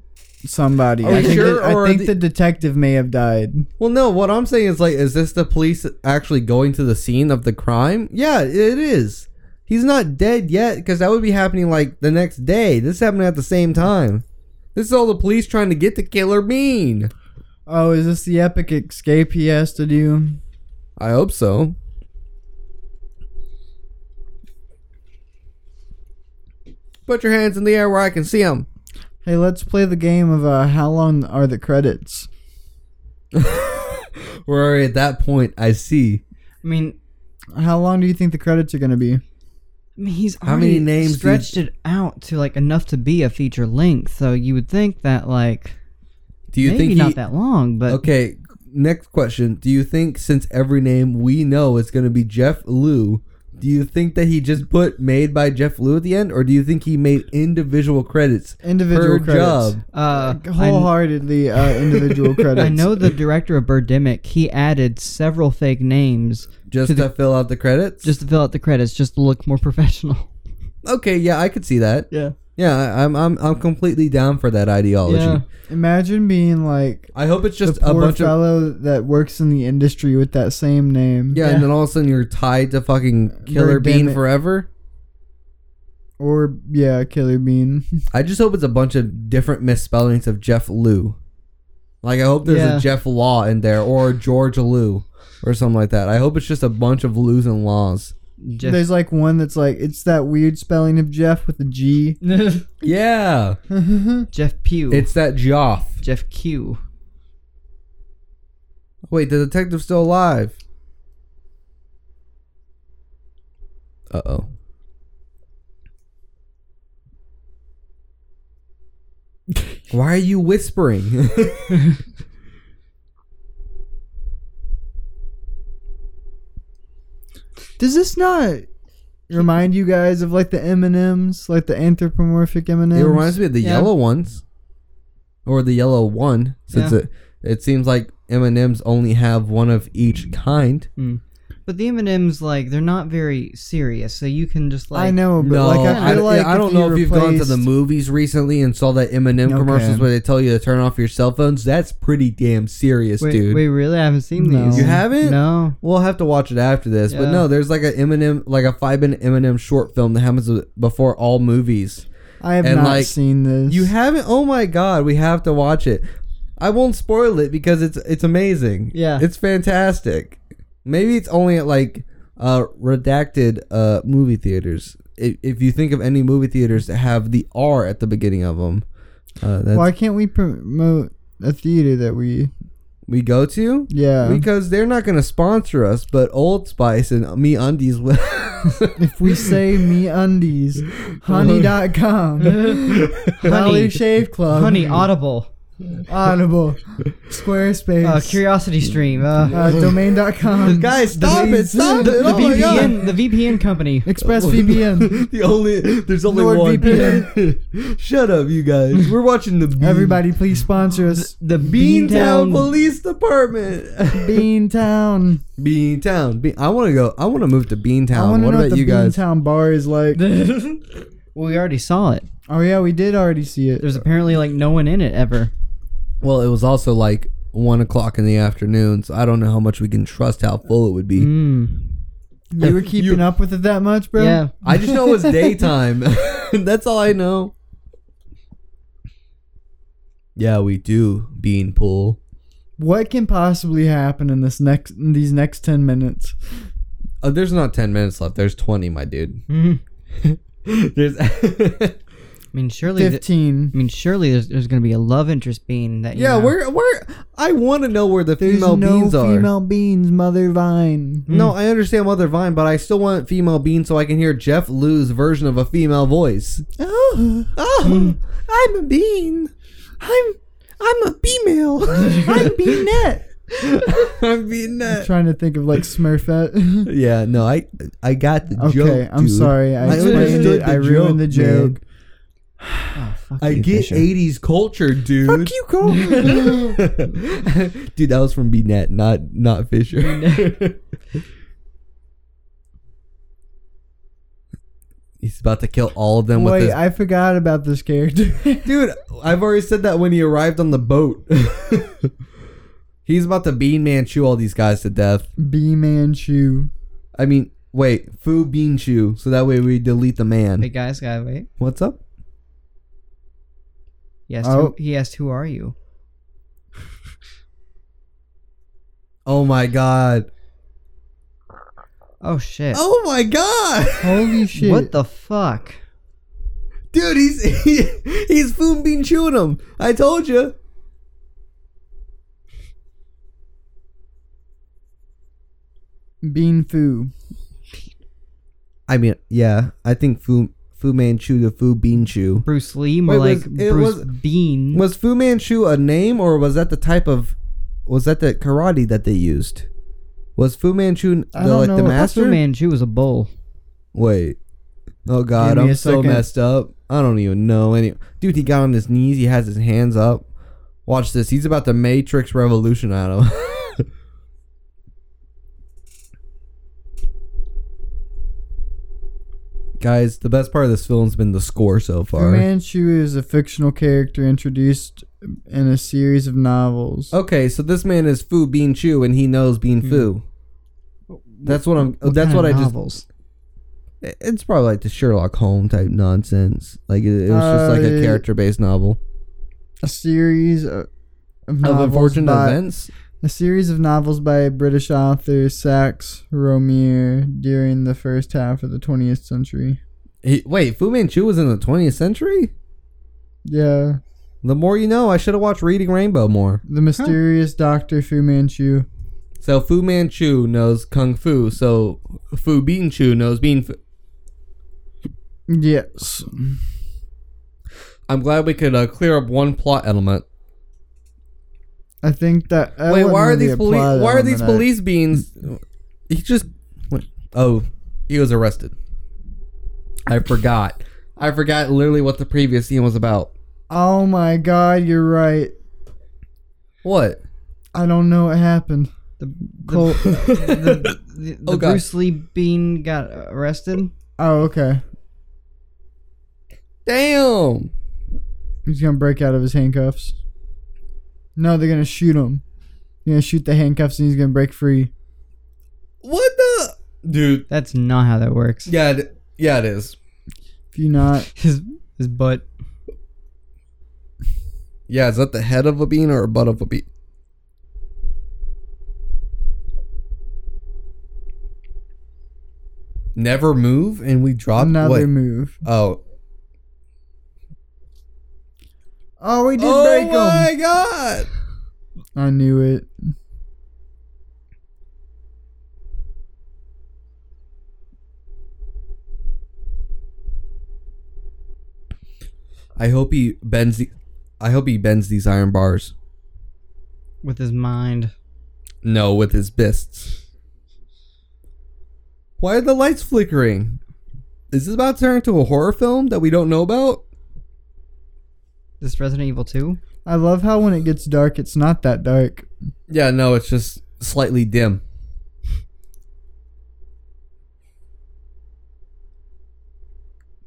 somebody.
Are
I
we
think,
Oh, sure,
that- I
or
think
the-
the detective may have died.
Well, no. What I'm saying is like, is this the police actually going to the scene of the crime? Yeah, it is. He's not dead yet because that would be happening like the next day. This is happening at the same time. This is all the police trying to get to Killer Bean.
Oh, is this the epic escape he has to do?
I hope so. Put your hands in the air where I can see them.
Hey, let's play the game of uh, how long are the credits?
We're already at that point. I see.
I mean,
How long do you think the credits are going to be?
I mean, he's
How many
already
names do you-
stretched it out to like enough to be a feature length. So you would think that like
Do you
maybe
think he,
not that long, but
Okay, next question. Do you think since every name we know is going to be Jeff Liu, do you think that he just put made by Jeff Liu at the end, or do you think he made individual credits
Individual
per
credits.
job?
uh, I, kn-
Wholeheartedly, uh, individual credits.
I know the director of Birdemic. He added several fake names
Just to,
To the-
fill out the credits?
just to fill out the credits, just to look more professional.
okay, yeah, I could see that.
Yeah.
Yeah, I- I'm I'm I'm completely down for that ideology.
Yeah.
Imagine being like
I hope it's just
the
a
poor
bunch of
fellow that works in the industry with that same name.
yeah, and then all of a sudden you're tied to fucking Killer
Birdemic.
Bean forever.
Or yeah, Killer Bean.
I just hope it's a bunch of different misspellings of Jeff Lou. Like I hope there's
Yeah.
a Jeff Law in there or a George Lou or something like that. I hope it's just a bunch of Lou's and Laws.
Jeff-
There's like one that's like it's that weird spelling of Jeff with a G.
Yeah,
Jeff Pew.
it's that Joff.
Jeff Q.
Wait, the detective's still alive. Uh oh. Why are you whispering?
Does this not remind you guys of like the M and M's, like the anthropomorphic M and M's?
It reminds me of the
Mm. Yeah.
yellow ones, or the yellow one, since
Yeah.
it it seems like M and M's only have one of each kind.
Mm. But the M and M's like they're not very serious, so you can just like
I know, but
no,
like
I,
I feel like
I don't
if
know
you
if you've gone to the
replaced-
movies recently and saw that Eminem
Okay.
commercials where they tell you to turn off your cell phones. That's pretty damn serious,
Wait,
dude.
wait, really? I haven't seen
No.
these.
You haven't?
No.
We'll have to watch it after this, but
Yeah.
no, there's like a Eminem, like a five minute Eminem short film that happens before all movies.
I have
and,
not
like,
seen this.
You haven't? Oh my god, we have to watch it. I won't spoil it because it's it's amazing.
Yeah.
it's fantastic. Maybe it's only at like uh, redacted uh, movie theaters. If, if you think of any movie theaters that have the R at the beginning of them, uh, that's
Why can't we promote a theater that we?
we go to.
Yeah,
Because they're not going to sponsor us, but Old Spice and Me Undies will.
if we say me undies, honey.com, Valley Shave
Oh,
Club,
Honey, uh, Audible,
Audible, Squarespace,
uh, Curiosity Stream, uh,
uh, domain.com,
Guys, stop it! Stop
the,
it!
the
oh my God.
VPN, the VPN company.
ExpressVPN.
the only there's only one.
NordVPN.
Shut up, you guys. We're watching the Bean,
Everybody, please sponsor us.
The
Bean Town
Beantown-
Police Department.
Bean Town.
Bean Town. Be- I want to go. I want to move to Bean
I
Town.
want to
Um, What
know what
about
the
you
Bean
guys?
Town bar is like.
well, we already saw it.
Oh yeah, we did already see it.
There's apparently like no one in it ever.
Well, it was also like one o'clock in the afternoon, so I don't know how much we can trust how full it would be.
Mm.
You were keeping up with it that much, bro?
Yeah.
I just know it was daytime. That's all I know. Yeah, we do bean pool.
What can possibly happen in this next in these next ten minutes?
Uh, there's not ten minutes left. There's twenty, my dude.
Mhm.
There's
I mean, surely. th-
Fifteen.
I mean, surely there's, there's gonna be a love interest being that. You
yeah.
know.
Where where I want to know where the
There's
female
no
beans are. Mm.
female beans, Mother Vine.
No, I understand Mother Vine, but I still want female beans so I can hear Jeff Lou's version of a female voice.
Oh,
Oh, I'm a bean. I'm I'm a female. I'm beanette. I'm beanette.
trying to think of like Smurfette.
Yeah, no, I I got the joke.
okay, I'm
dude.
sorry. I,
I
explained
understood
it.
the
I ruined the
joke, man.
joke.
Oh, fuck
I
you,
get
Fisher.
80s culture, dude.
Fuck you, Cole.
dude, that was from BNet, not not Fisher. He's about to kill all of them with
Wait,
his.
I forgot about this character.
dude, I've already said that when he arrived on the boat. He's about to Bean Man chew all these guys to death.
B Man Shoe.
I mean, wait, Foo Bean Chew, so that way we delete the
Hey
man.
guys, guy, wait.
What's up?
He asked,
Oh.
who, he asked, "Who are you?"
Oh my god.
Oh shit!
Oh my god.
Holy shit!
what the fuck?
Dude, he's he's Foo Bean chewing him. I told you.
Bean Foo.
I mean, yeah, I think Fu Fu Manchu to Fu Bean Chew.
Bruce Lee, more
Wait, was-
like
it
Bruce
was-
Bean.
Was Fu Manchu a name or was that the type of was that the karate that they used? Was Fu Manchu
I
the,
don't
like the
know.
Master
master?
Manchu was a bull.
Wait. Oh god,
Give me
I'm
a
so
second.
messed up. I don't even know any Dude, he got on his knees, he has his hands up. Watch this. He's about to Matrix revolution out of him. Guys, the best part of this film's been the score so
Fu
far.
Manchu is a fictional character introduced in a series of novels.
Okay, so this man is Fu Bean Chu, and he knows Bean
Hmm.
Fu. That's what I'm. that's
kind
what I
of
just.
novels?
It's probably like the Sherlock Holmes type nonsense. Like it, it was
Uh,
just like a
it-
character based novel
A series of, of
of
novels
unfortunate
by,
events.
A series of novels by British author Sax Romere during the first half of the 20th century.
He, wait, Fu Manchu was in the 20th century.
Yeah,
The more you know, I should have watched Reading Rainbow more.
the mysterious Doctor Fu Manchu.
So Fu Manchu knows kung fu. So Fu Bean Chu knows Bean Fu.
Yes,
I'm glad we could uh, clear up one plot element.
I think that. that
Wait,
wasn't
why are
really
these
a
police?
plot
Why are these
element. eh?
police beans? He just. What? Oh, he was arrested. I forgot. I forgot literally what the previous scene was about.
Oh my God, you're right.
What?
I don't know what happened.
The, the,
Col-
the, the, the
Oh, God.
Bruce Lee Bean got arrested.
oh, okay.
Damn.
He's gonna break out of his handcuffs. No, they're gonna shoot him. They're gonna shoot the handcuffs and he's gonna break free.
What the dude?
That's not how that works.
Yeah, it- yeah, it is.
If you not,
His his butt.
Yeah, is that the head of a bean or a butt of a bean? Never move, and we drop
another
what?
move.
Oh,
Oh, we did
oh
break
my
him.
god!
I knew it.
I hope he bends. The, I hope he bends these iron bars.
with his mind.
No, with his fists. Why are the lights flickering? Is this about to turn into a horror film that we don't know about?
This Resident Evil 2?
I love how when it gets dark, it's not that dark.
Yeah, no, it's just slightly dim.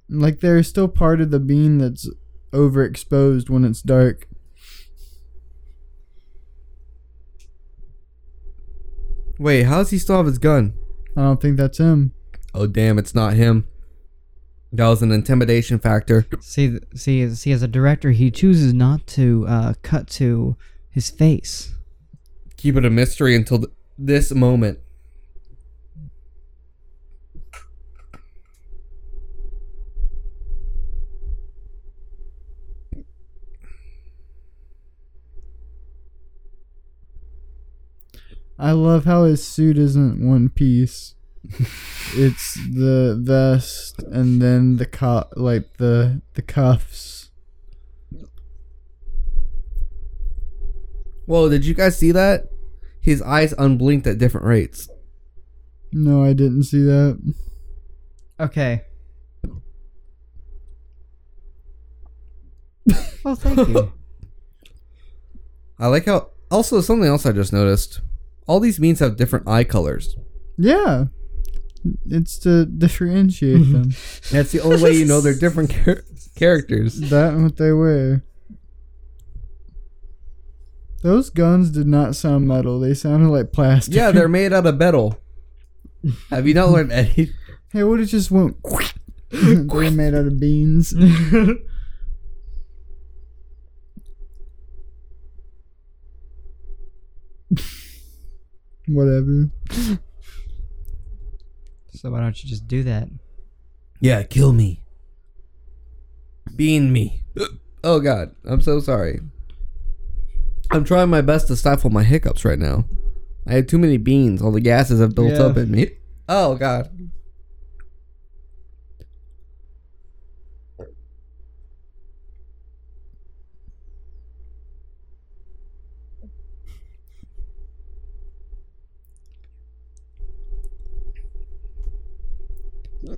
Like there's still part of the bean that's overexposed when it's dark.
Wait, how does he still have his gun?
I don't think that's him.
Oh damn, it's not him. That was an intimidation factor.
See, th- see, see, as a director, he chooses not to uh, cut to his face.
Keep it a mystery until th- this moment.
I love how his suit isn't one piece. it's the vest and then the co- like the the cuffs.
Whoa, did you guys see that? His eyes unblinked at different rates.
No, I didn't see that.
Okay. well, thank you.
I like how. Also, something else I just noticed. All these beans have different eye colors.
Yeah. It's to
Mm-hmm.
differentiate them.
That's the only way you know they're different char- characters.
that and what they wear. Those guns did not sound metal. They sounded like plastic.
Yeah, they're made out of metal. Have you not learned any?
Hey, what it just went? they were made out of beans. Whatever.
so why don't you just do that?
Yeah, kill me. Bean me. Oh god, I'm so sorry. I'm trying my best to stifle my hiccups right now. I had too many beans. All the gases have built
Yeah.
up in me. Oh god.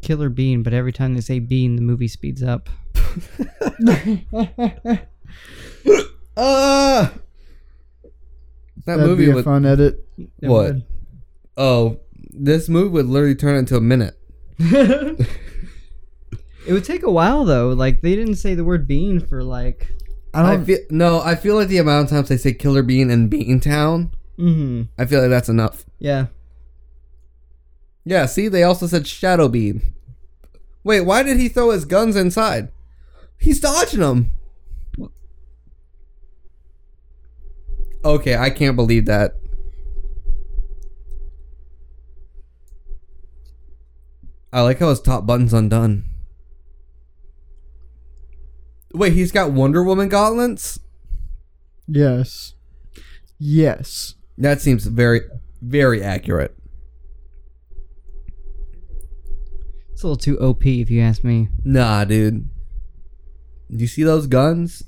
Killer Bean, but every time they say Bean, the movie speeds up.
Ah. That
That'd
movie
be a
would
fun edit.
What?
It would.
Oh, this movie would literally turn into a minute.
it would take a while though. Like they didn't say the word bean for like.
I
I
don't.
feel no, I feel like the amount of times they say Killer Bean and Bean Town,
Mm-hmm.
I feel like that's enough.
Yeah.
Yeah, see, they also said Shadow Beam. Wait, why did he throw his guns inside? He's dodging them. Okay, I can't believe that. I like how his top button's undone. Wait, he's got Wonder Woman gauntlets?
yes. Yes.
That seems very, very accurate.
It's a little too OP if you ask me.
Nah, dude. You see those guns?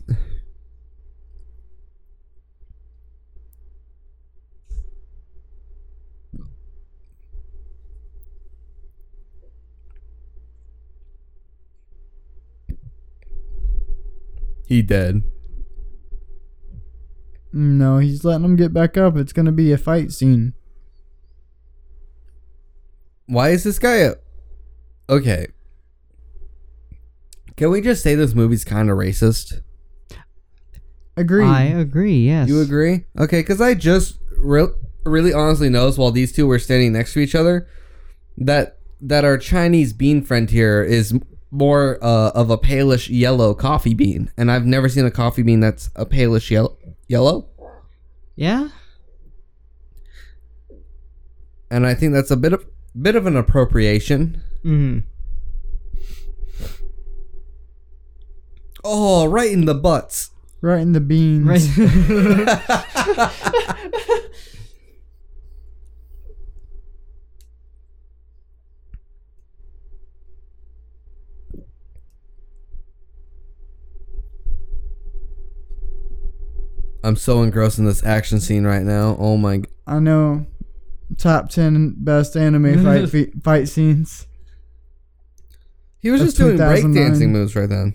He dead.
No, he's letting him get back up. It's gonna be a fight scene.
Why is this guy a- okay? Can we just say this movie's kind of racist?
Agreed.
I agree. Yes.
You agree? Okay, because I just re- really honestly noticed while these two were standing next to each other that that our Chinese bean friend here is m- more uh, of a palish yellow coffee bean, and I've never seen a coffee bean that's a palish yellow. Yellow,
Yeah.
and I think that's a bit of bit of an appropriation.
Hmm.
Oh, right in the butts.
right in the beans.
Right.
I'm so engrossed in this action scene right now. Oh my! g-
I know. Top ten best anime fight fe- fight scenes.
He was
That's
just doing
2009.
breakdancing moves right then.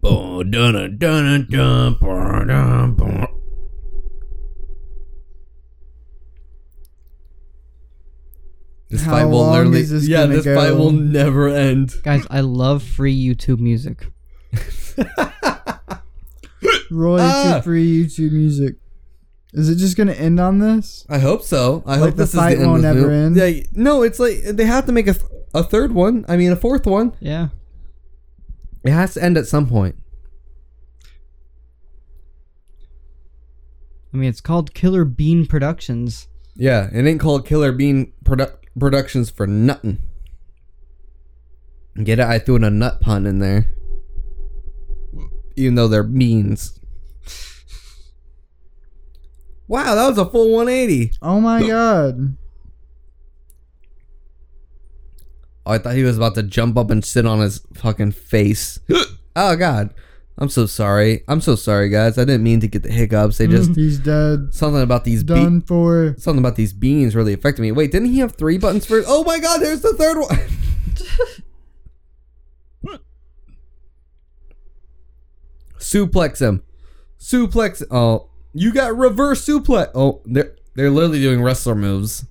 Boom, dunna, dunna, dun, brr, dun, brr. This
How
fight will
long
literally
is this
yeah.
gonna
This fight
go?
will never end.
Guys, I love free YouTube music.
Royalty
Ah!
free YouTube music. Is it just gonna end on this?
I hope so. I hope
the
this
fight
is the end.
won't
of
ever
the-
end?
Yeah, no, it's like they have to make a, th- a third one. I mean, a fourth one.
Yeah.
It has to end at some point.
I mean, it's called Killer Bean Productions.
Yeah, it ain't called Killer Bean produ- Productions for nothing. Get it? I threw in a nut pun in there. Even though they're beans. Wow, that was a full 180.
Oh my god.
Oh, I thought he was about to jump up and sit on his fucking face. oh, God. I'm so sorry. I'm so sorry, guys. I didn't mean to get the hiccups. They just.
He's dead.
Something about these beans.
Mm-hmm. Done for.
something about these beans really affected me. Wait, didn't he have three buttons for? Oh my God, there's the third one. suplex him, suplex. Oh, you got reverse suplex. Oh, they're they're literally doing wrestler moves.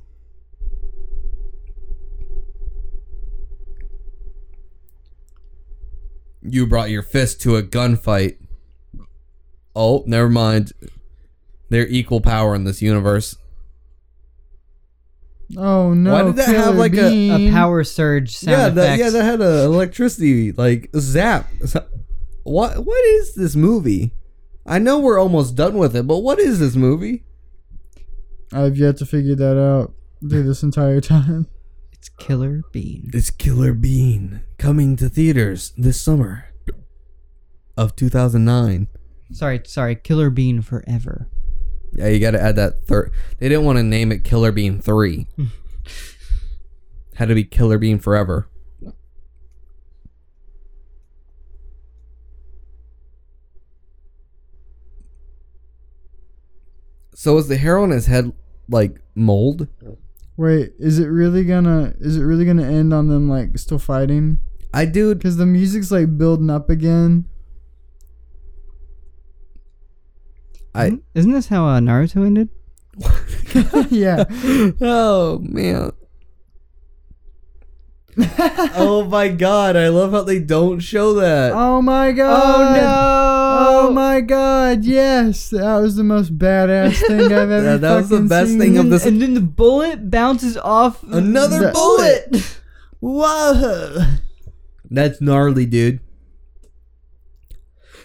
You brought your fist to a gunfight. Oh, never mind. They're equal power in this universe.
Oh no.
Why did that have,
Killer
like, a- a
Bean.
A power surge sound
yeah, that,
effect.
yeah, that had a electricity like zap. What what is this movie? I know we're almost done with it, but what is this movie?
I've yet to figure that out through this entire time.
It's Killer Bean.
It's Killer Bean coming to theaters this summer of 2009.
Sorry, sorry, Killer Bean Forever.
Yeah, you got to add that third. They didn't want to name it Killer Bean 3. had to be Killer Bean Forever. So is the hair on his head like mold?
Wait, is it really gonna is it really gonna end on them like still fighting?
I dude,
Cause the music's like building up again.
I
Isn't this how uh, Naruto ended?
yeah.
oh man. oh my god, I love how they don't show that.
Oh my god. Oh my god, yes. That was the most badass thing I've ever
Yeah, that was the
fucking
best
seen.
thing of
And,
this-
and then the bullet bounces off
Another
the-
bullet!
bullet.
Whoa. That's gnarly, dude.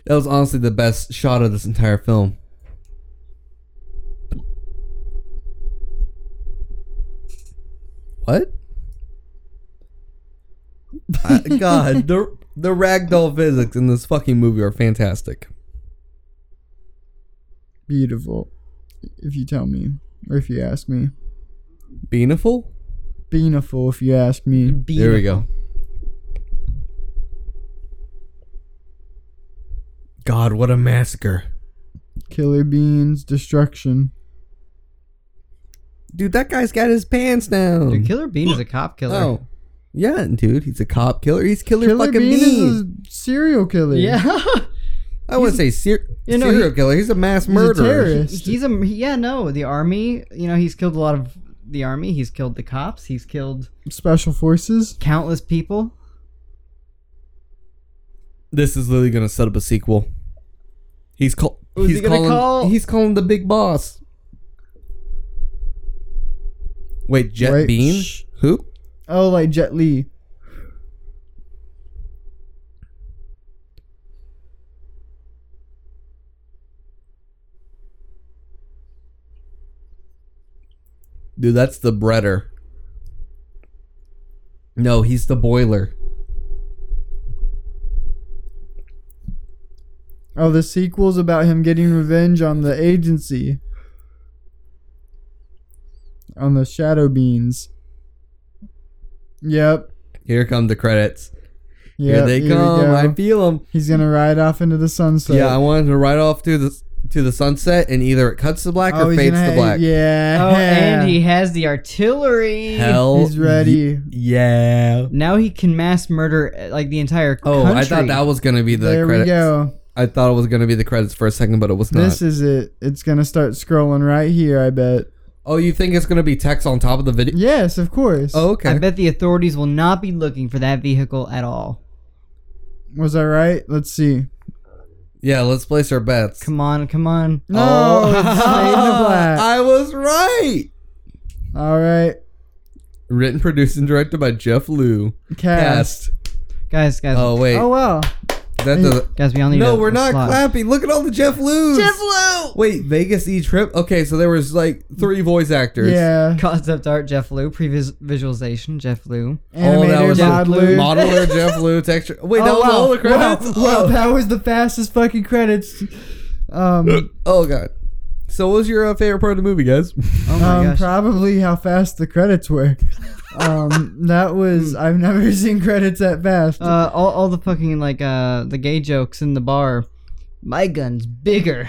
That was honestly the best shot of this entire film. What? I- God, the the ragdoll physics in this fucking movie are fantastic.
Beautiful. If you tell me. Or if you ask me.
Beautiful.
Beautiful if you ask me.
Bean.
There we go. God, what a massacre.
Killer beans, destruction.
Dude, that guy's got his pants down.
Dude, Killer Bean is a cop killer.
Um, Oh. Yeah, dude, he's a cop killer. He's killer,
Killer
fucking
Bean
bean.
is a serial killer.
Yeah.
I wouldn't say ser-
You know,
serial killer. He's a mass
a
murderer.
terrorist.
he's a yeah, no, the army, you know, he's killed a lot of the army, he's killed the cops, he's killed
Special forces.
countless people.
this is literally gonna set up a sequel. He's called.
Who's
he's
he gonna
calling,
call?
He's calling the big boss. Wait, Jet
Wait,
Bean?
shh.
Who?
Oh, like Jet Li.
Dude, that's the breader. No, he's the boiler.
Oh, the sequel's about him getting revenge on the agency. On the Shadow Beans. Yep.
Here come the credits.
Yep.
here they
we
come.
go.
I feel them.
He's gonna ride off into the sunset.
yeah, I wanted to ride off to the to the sunset, and either it cuts to black
Oh,
or
he's
fades
gonna
to
ha-
black.
Yeah.
Oh, and he has the artillery.
Hell,
He's ready.
ye- yeah.
Now he can mass murder uh, like the entire
Oh,
country.
I thought that was gonna be the
there
credits.
we go.
I thought it was gonna be the credits for a second, but it was not.
This is it. It's gonna start scrolling right here. I bet.
oh, you think it's gonna be text on top of the video?
Yes, of course.
Oh, okay.
I bet the authorities will not be looking for that vehicle at all.
was I right? Let's see.
yeah, let's place our bets.
Come on, come on.
No,
Oh.
it's fade to black.
I was right.
All right,
Written, produced, and directed by Jeff Liu.
cast.
Cast.
Guys, guys.
Oh wait,
Oh wow.
that doesn't.
Guys, we all need
No,
a-
we're
a
not
slot.
clapping. Look at all the Jeff Liu's.
Jeff Lou!
Wait, Vegas E Trip. Okay, so there was like three voice actors.
Yeah.
Concept art, Jeff Lou. Pre-visualization, Jeff Lou.
All Oh, that
Animator
was
modeler.
modeler Oh, Jeff Liu texture. Wait, that was all the credits.
Wow, wow, that was the fastest fucking credits. Um,
Oh god. So, what was your uh, favorite part of the movie, guys?
Oh my
um
gosh.
probably how fast the credits were. Um, that was I've never seen credits that fast.
uh, all, all the fucking, like, uh, the gay jokes in the bar. My gun's bigger.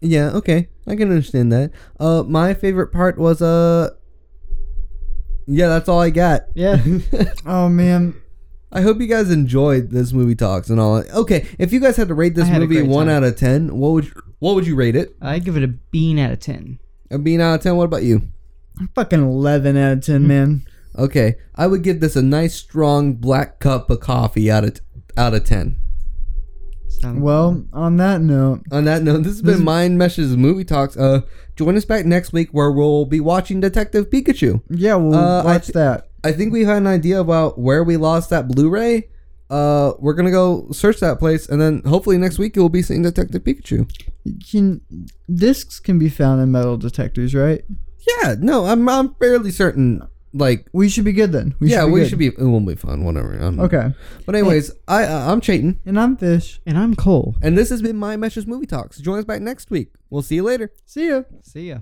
Yeah, okay. I can understand that. Uh my favorite part was uh Yeah, that's all I got.
Yeah.
oh man,
I hope you guys enjoyed this movie talks and all. Okay, if you guys had to rate this
I had a
movie
great
1
time.
out of 10, what would you, what would you rate it?
I give it a bean out of 10.
A being out of 10, what about you?
fucking eleven out of ten, man.
Okay, I would give this a nice strong black cup of coffee out of t- out of 10.
Sound-
Well, on that note,
On that note, this has been Mind Meshes Movie Talks. Uh join us back next week where we'll be watching Detective Pikachu.
yeah, we'll
Uh, I
watch
thi-
that.
I think we had an idea about where we lost that Blu-ray. Uh, we're gonna go search that place, and then hopefully next week you'll be seeing Detective Pikachu.
Can discs can be found in metal detectors, right?
Yeah, no, I'm I'm fairly certain. Like,
We should be good then. We
yeah, we
good.
should be. It won't be fun, whatever. I'm,
Okay,
but anyways, I uh, I'm Chayton,
and I'm fish.
And I'm Cole.
and this has been my Meshes Movie Talks. Join us back next week. We'll see you later.
See ya.
See ya.